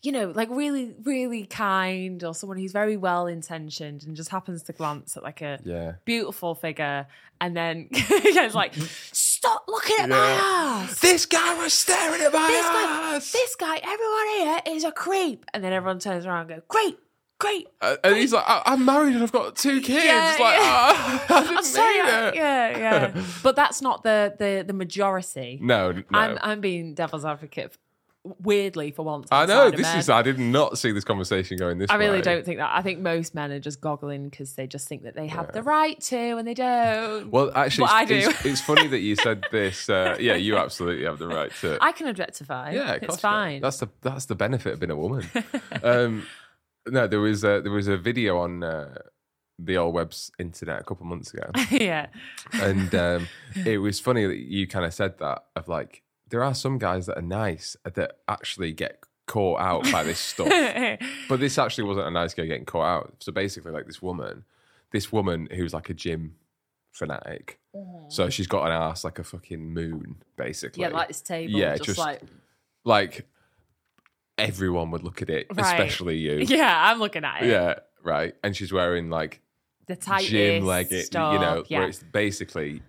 S3: you know, like really, really kind or someone who's very well intentioned and just happens to glance at like a
S2: Yeah.
S3: beautiful figure and then is like, stop looking at my
S2: Yeah.
S3: ass.
S2: This guy was staring at my
S3: This guy,
S2: ass.
S3: this guy, everyone here is a creep. And then everyone turns around and go, great, great.
S2: Uh, and he's like, I- I'm married and I've got two kids.
S3: Yeah,
S2: like,
S3: yeah.
S2: "Ah, I didn't
S3: I'm sorry.
S2: mean
S3: I-
S2: it.
S3: Yeah, yeah. but that's not the the the majority.
S2: No, no.
S3: I'm I'm being devil's advocate, weirdly for once.
S2: I
S3: on the
S2: know
S3: side of
S2: this
S3: men.
S2: is. I did not see this conversation going this
S3: I really
S2: way.
S3: don't think that. I think most men are just goggling because they just think that they have the right to, and they don't.
S2: Well, actually,
S3: But
S2: it's,
S3: I do.
S2: It's, it's funny that you said this. Uh, yeah, you absolutely have the right to.
S3: I can objectify.
S2: uh, yeah, of
S3: it's
S2: course you do.
S3: fine.
S2: That's the that's the benefit of being a woman. um, no, there was a, there was a video on uh, the old web's internet a couple months ago,
S3: yeah,
S2: and um, it was funny that you kind of said that of like there are some guys that are nice that actually get caught out by this stuff. But this actually wasn't a nice guy getting caught out. So basically, like this woman, this woman who's like a gym fanatic. So she's got an ass like a fucking moon, basically.
S3: Mm-hmm. yeah, like this table.
S2: yeah,
S3: just,
S2: just-
S3: like
S2: Like, everyone would look at it,
S3: Right.
S2: especially you.
S3: yeah, I'm looking at it.
S2: Yeah, right. And she's wearing like
S3: the tight
S2: gym leggings, you know,
S3: yeah,
S2: where it's basically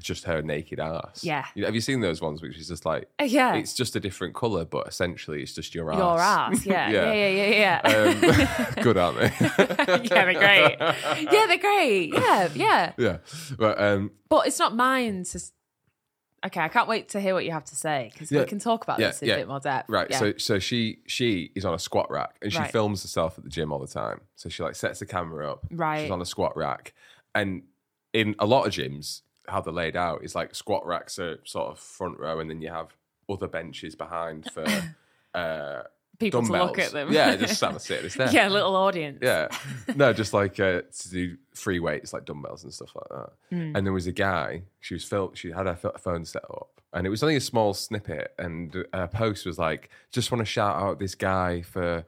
S2: just her naked ass.
S3: Yeah.
S2: You know, have you seen those ones, which is just like
S3: Uh, yeah,
S2: it's just a different color, but essentially it's just your ass.
S3: your ass. Yeah,
S2: Yeah.
S3: yeah, yeah, yeah, yeah.
S2: Um, good, aren't they?
S3: yeah, they're great. Yeah, they're great. Yeah, yeah.
S2: Yeah, but um,
S3: But it's not mine to. s- Okay, I can't wait to hear what you have to say because
S2: Yeah.
S3: we can talk about
S2: Yeah,
S3: this in
S2: yeah.
S3: a bit more depth.
S2: right.
S3: Yeah.
S2: So so she she is on a squat rack and she
S3: Right.
S2: films herself at the gym all the time. So she like sets the camera up.
S3: Right.
S2: She's on a squat rack, and in a lot of gyms, how they're laid out is like squat racks are sort of front row, and then you have other benches behind for uh,
S3: people to
S2: dumbbells.
S3: look at them.
S2: Yeah, just sat and sit and stare.
S3: yeah, little audience.
S2: Yeah. No, just like uh, to do free weights, like dumbbells and stuff like that.
S3: Mm.
S2: And there was a guy, she was fil- she had her ph- phone set up, and it was only a small snippet. And her post was like, just want to shout out this guy for.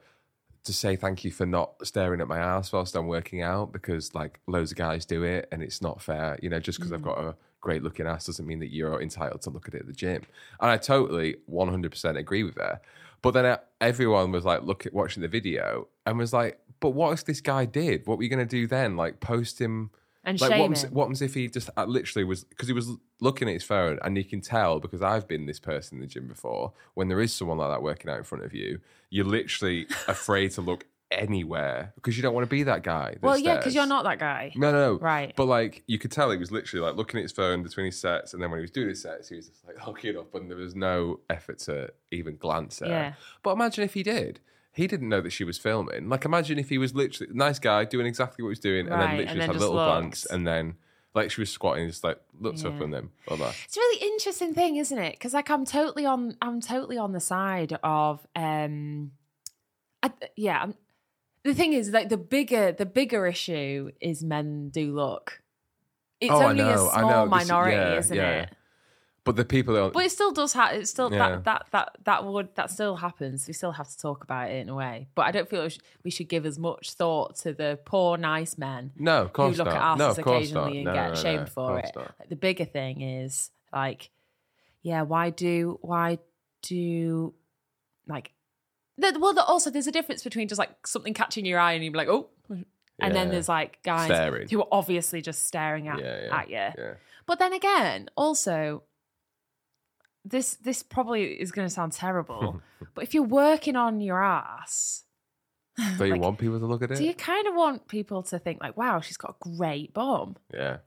S2: To say thank you for not staring at my ass whilst I'm working out because like loads of guys do it and it's not fair. You know, just because I've got a great looking ass doesn't mean that you're entitled to look at it at the gym. And I totally 100% agree with her. But then uh, everyone was like, look at watching the video and was like, but what if this guy did? What were you going to do then? Like, post him.
S3: And
S2: like,
S3: shame
S2: what happens,
S3: him.
S2: what happens if he just uh, literally was, because he was l- looking at his phone and you can tell, because I've been this person in the gym before, when there is someone like that working out in front of you, you're literally afraid to look anywhere because you don't want to be that guy. that
S3: Well, yeah, because
S2: stares.
S3: you're not that guy.
S2: No, no, no.
S3: Right.
S2: But like, you could tell he was literally like looking at his phone between his sets, and then when he was doing his sets, he was just like hooking up, and there was no effort to even glance at. her.
S3: Yeah.
S2: But imagine if he did. He didn't know that she was filming. Like, imagine if he was literally nice guy doing exactly what he was doing, and then
S3: Right,
S2: literally
S3: and
S2: just
S3: then
S2: had a
S3: just
S2: little
S3: looked.
S2: glance, and then like she was squatting, just like looked up
S3: Yeah.
S2: and then blah blah.
S3: It's a really interesting thing, isn't it? Because like I'm totally on, I'm totally on the side of, um, I, yeah. I'm, the thing is, like the bigger, the bigger issue is men do look. It's
S2: Oh, I
S3: only
S2: know,
S3: a
S2: I
S3: small
S2: know. This-
S3: minority,
S2: yeah,
S3: isn't
S2: yeah.
S3: it?
S2: But the people that
S3: But it still does happen. It still
S2: Yeah.
S3: that, that that that would that still happens. We still have to talk about it in a way. But I don't feel we should, we should give as much thought to the poor nice men
S2: no, of
S3: who
S2: course
S3: look
S2: not.
S3: at us
S2: no, of course
S3: occasionally and
S2: not. No,
S3: get
S2: no, no,
S3: shamed
S2: of
S3: for
S2: course
S3: it.
S2: not.
S3: Like, the bigger thing is like, yeah, why do why do like the, well? The, also, there's a difference between just like something catching your eye and you're like, oh, and then
S2: Yeah.
S3: there's like guys
S2: Staring.
S3: who are obviously just staring at
S2: Yeah, yeah,
S3: at you.
S2: yeah.
S3: But then again, also this this probably is going to sound terrible, but if you're working on your ass,
S2: Don't you
S3: Like,
S2: want people to look at it?
S3: do you kind of want people to think like, "Wow, she's got a great bum,"
S2: yeah.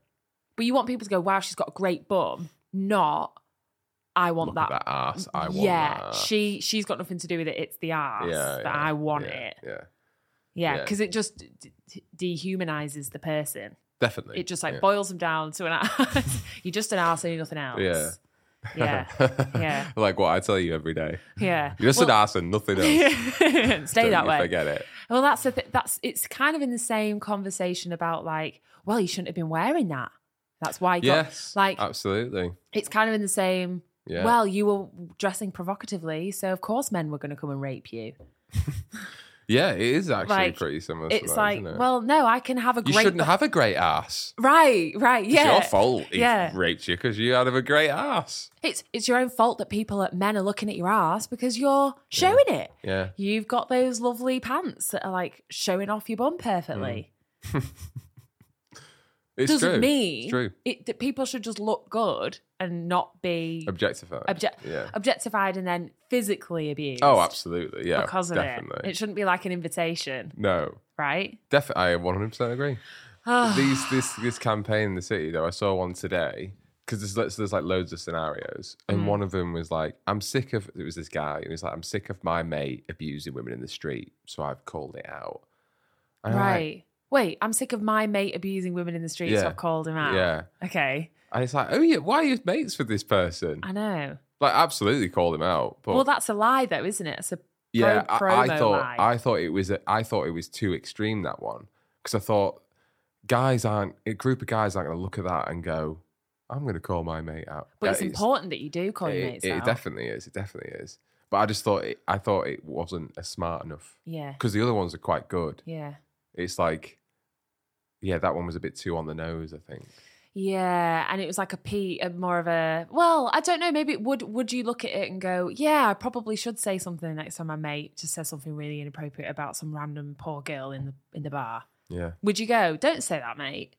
S3: but you want people to go, "Wow, she's got a great bum," not. I want
S2: Look at
S3: that.
S2: that ass. I want
S3: yeah,
S2: that.
S3: she she's got nothing to do with it. It's the ass that I want
S2: yeah,
S3: it.
S2: Yeah,
S3: Yeah,
S2: Yeah.
S3: because it just d- d- dehumanizes the person.
S2: definitely.
S3: It just like
S2: yeah.
S3: boils them down to an ass. you're just an ass and you're nothing else.
S2: Yeah.
S3: yeah, yeah.
S2: like what I tell you every day.
S3: yeah.
S2: You're just
S3: Well-
S2: an ass and nothing else.
S3: Stay
S2: Don't
S3: that
S2: you
S3: way.
S2: Forget it.
S3: Well, that's the th- that's it's kind of in the same conversation about like, well, you shouldn't have been wearing that. That's why. You
S2: yes.
S3: Got, like
S2: absolutely.
S3: it's kind of in the same.
S2: Yeah.
S3: Well, you were dressing provocatively, so of course men were going to come and rape you.
S2: Yeah, it is actually
S3: Like,
S2: pretty similar. to
S3: it's
S2: that,
S3: like,
S2: isn't it?
S3: well, no, I can have a
S2: you
S3: great.
S2: shouldn't have a great ass.
S3: right, right,
S2: It's
S3: yeah.
S2: your fault. He
S3: yeah.
S2: raped you because you had a great ass.
S3: It's it's your own fault that people at men are looking at your ass because you're showing it.
S2: Yeah.
S3: You've got those lovely pants that are like showing off your bum perfectly.
S2: Mm. It's
S3: Doesn't
S2: true.
S3: mean
S2: It's true.
S3: It, that people should just look good and not be
S2: Objectified.
S3: Obje-
S2: yeah.
S3: objectified and then physically abused.
S2: Oh, absolutely. Yeah.
S3: Because of
S2: definitely.
S3: it, it shouldn't be like an invitation,
S2: no.
S3: right?
S2: Definitely. I 100% agree. These this this campaign in the city though, I saw one today because there's lots- there's like loads of scenarios, and
S3: Mm.
S2: one of them was like, "I'm sick of." It was this guy, and he was like, "I'm sick of my mate abusing women in the street, so I've called it out." And I'm like,
S3: Right. Wait, I'm sick of my mate abusing women in the streets.
S2: Yeah.
S3: I've called him out.
S2: yeah,
S3: Okay.
S2: and it's like, "Oh yeah, why are you mates with this person?"
S3: I know.
S2: Like, absolutely call him out. But
S3: well, that's a lie, though, isn't it? It's a
S2: yeah,
S3: pro-
S2: I, I
S3: promo
S2: thought
S3: lie.
S2: I thought it was a, I thought it was too extreme that one because I thought guys aren't a group of guys aren't going to look at that and go, "I'm going to call my mate out."
S3: but
S2: Yeah,
S3: it's important that you do call your
S2: It,
S3: mates
S2: it
S3: out.
S2: definitely is. It definitely is. But I just thought it, I thought it wasn't a smart enough
S3: yeah.
S2: because the other ones are quite good.
S3: Yeah.
S2: It's like, yeah, that one was a bit too on the nose. I think.
S3: Yeah, and it was like a P, a more of a well, I don't know. Maybe it would would you look at it and go, yeah, I probably should say something next time my mate just says something really inappropriate about some random poor girl in the in the bar.
S2: Yeah,
S3: Would you go? Don't say that, mate.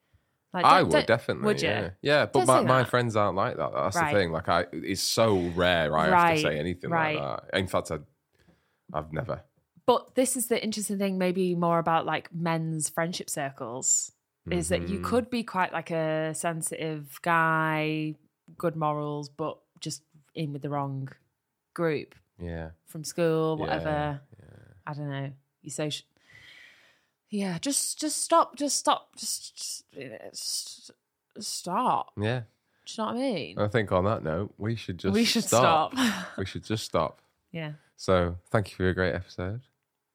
S3: Like,
S2: I
S3: don't-
S2: would
S3: don't-
S2: definitely.
S3: Would you?
S2: Yeah, yeah. But
S3: Don't
S2: my,
S3: say
S2: my
S3: that.
S2: friends aren't like that. That's
S3: Right.
S2: the thing. Like I, it's so rare I have
S3: Right,
S2: to say anything like that. In fact, I, I've never.
S3: But this is the interesting thing, maybe more about like men's friendship circles, is that you
S2: Mhm.
S3: could be quite like a sensitive guy, good morals, but just in with the wrong group
S2: Yeah.
S3: from school,
S2: yeah,
S3: whatever.
S2: yeah.
S3: I don't know, your social. Yeah, just just stop, just stop, just, just, just stop.
S2: Yeah.
S3: Do you know what I mean?
S2: I think on that note, we should Uh, just
S3: Mm. we should
S2: stop.
S3: stop.
S2: we should just stop.
S3: yeah.
S2: So, thank you for a great episode.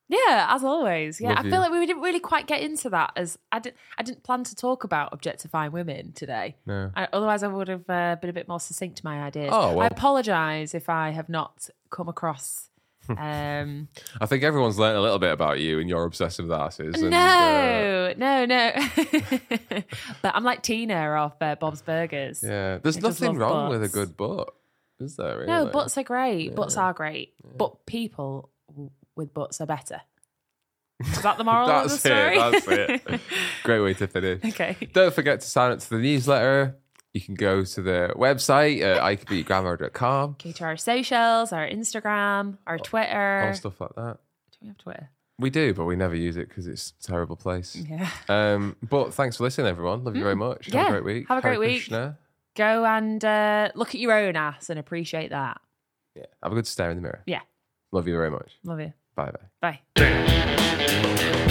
S3: Yeah, as always. Yeah,
S2: Love
S3: I feel
S2: you.
S3: like we didn't really quite get into that as I didn't I didn't plan to talk about objectifying women today.
S2: No.
S3: I, otherwise, I would have uh, been a bit more succinct to my ideas.
S2: Oh, well.
S3: I apologise if I have not come across. Um,
S2: I think everyone's learned a little bit about you and your obsessive asses. And, uh,
S3: no, no, no. but I'm like Tina off uh, Bob's Burgers.
S2: yeah, there's
S3: I just
S2: nothing
S3: love
S2: wrong with a
S3: butts.
S2: good butt, is there? Really?
S3: No, butts are great. Butts are great. But people w- with butts are better. Is that the moral
S2: That's
S3: of the story?
S2: it. That's it. great way to finish.
S3: okay.
S2: Don't forget to sign up to the newsletter. You can go to the website at icobegrammer.com,
S3: Go to our socials, our Instagram,
S2: Oh,
S3: our Twitter.
S2: all stuff like that.
S3: Do we have Twitter?
S2: We do, but we never use it because it's a terrible place.
S3: Yeah. Mm.
S2: Um, but thanks for listening, everyone. Love you very much. Have
S3: yeah.
S2: a great week.
S3: Have a
S2: Hare
S3: great week.
S2: Krishna.
S3: Go and uh, look at your own ass and appreciate that.
S2: Yeah. Have a good stare in the mirror.
S3: Yeah.
S2: Love you very much.
S3: Love you.
S2: Bye bye.
S3: Bye.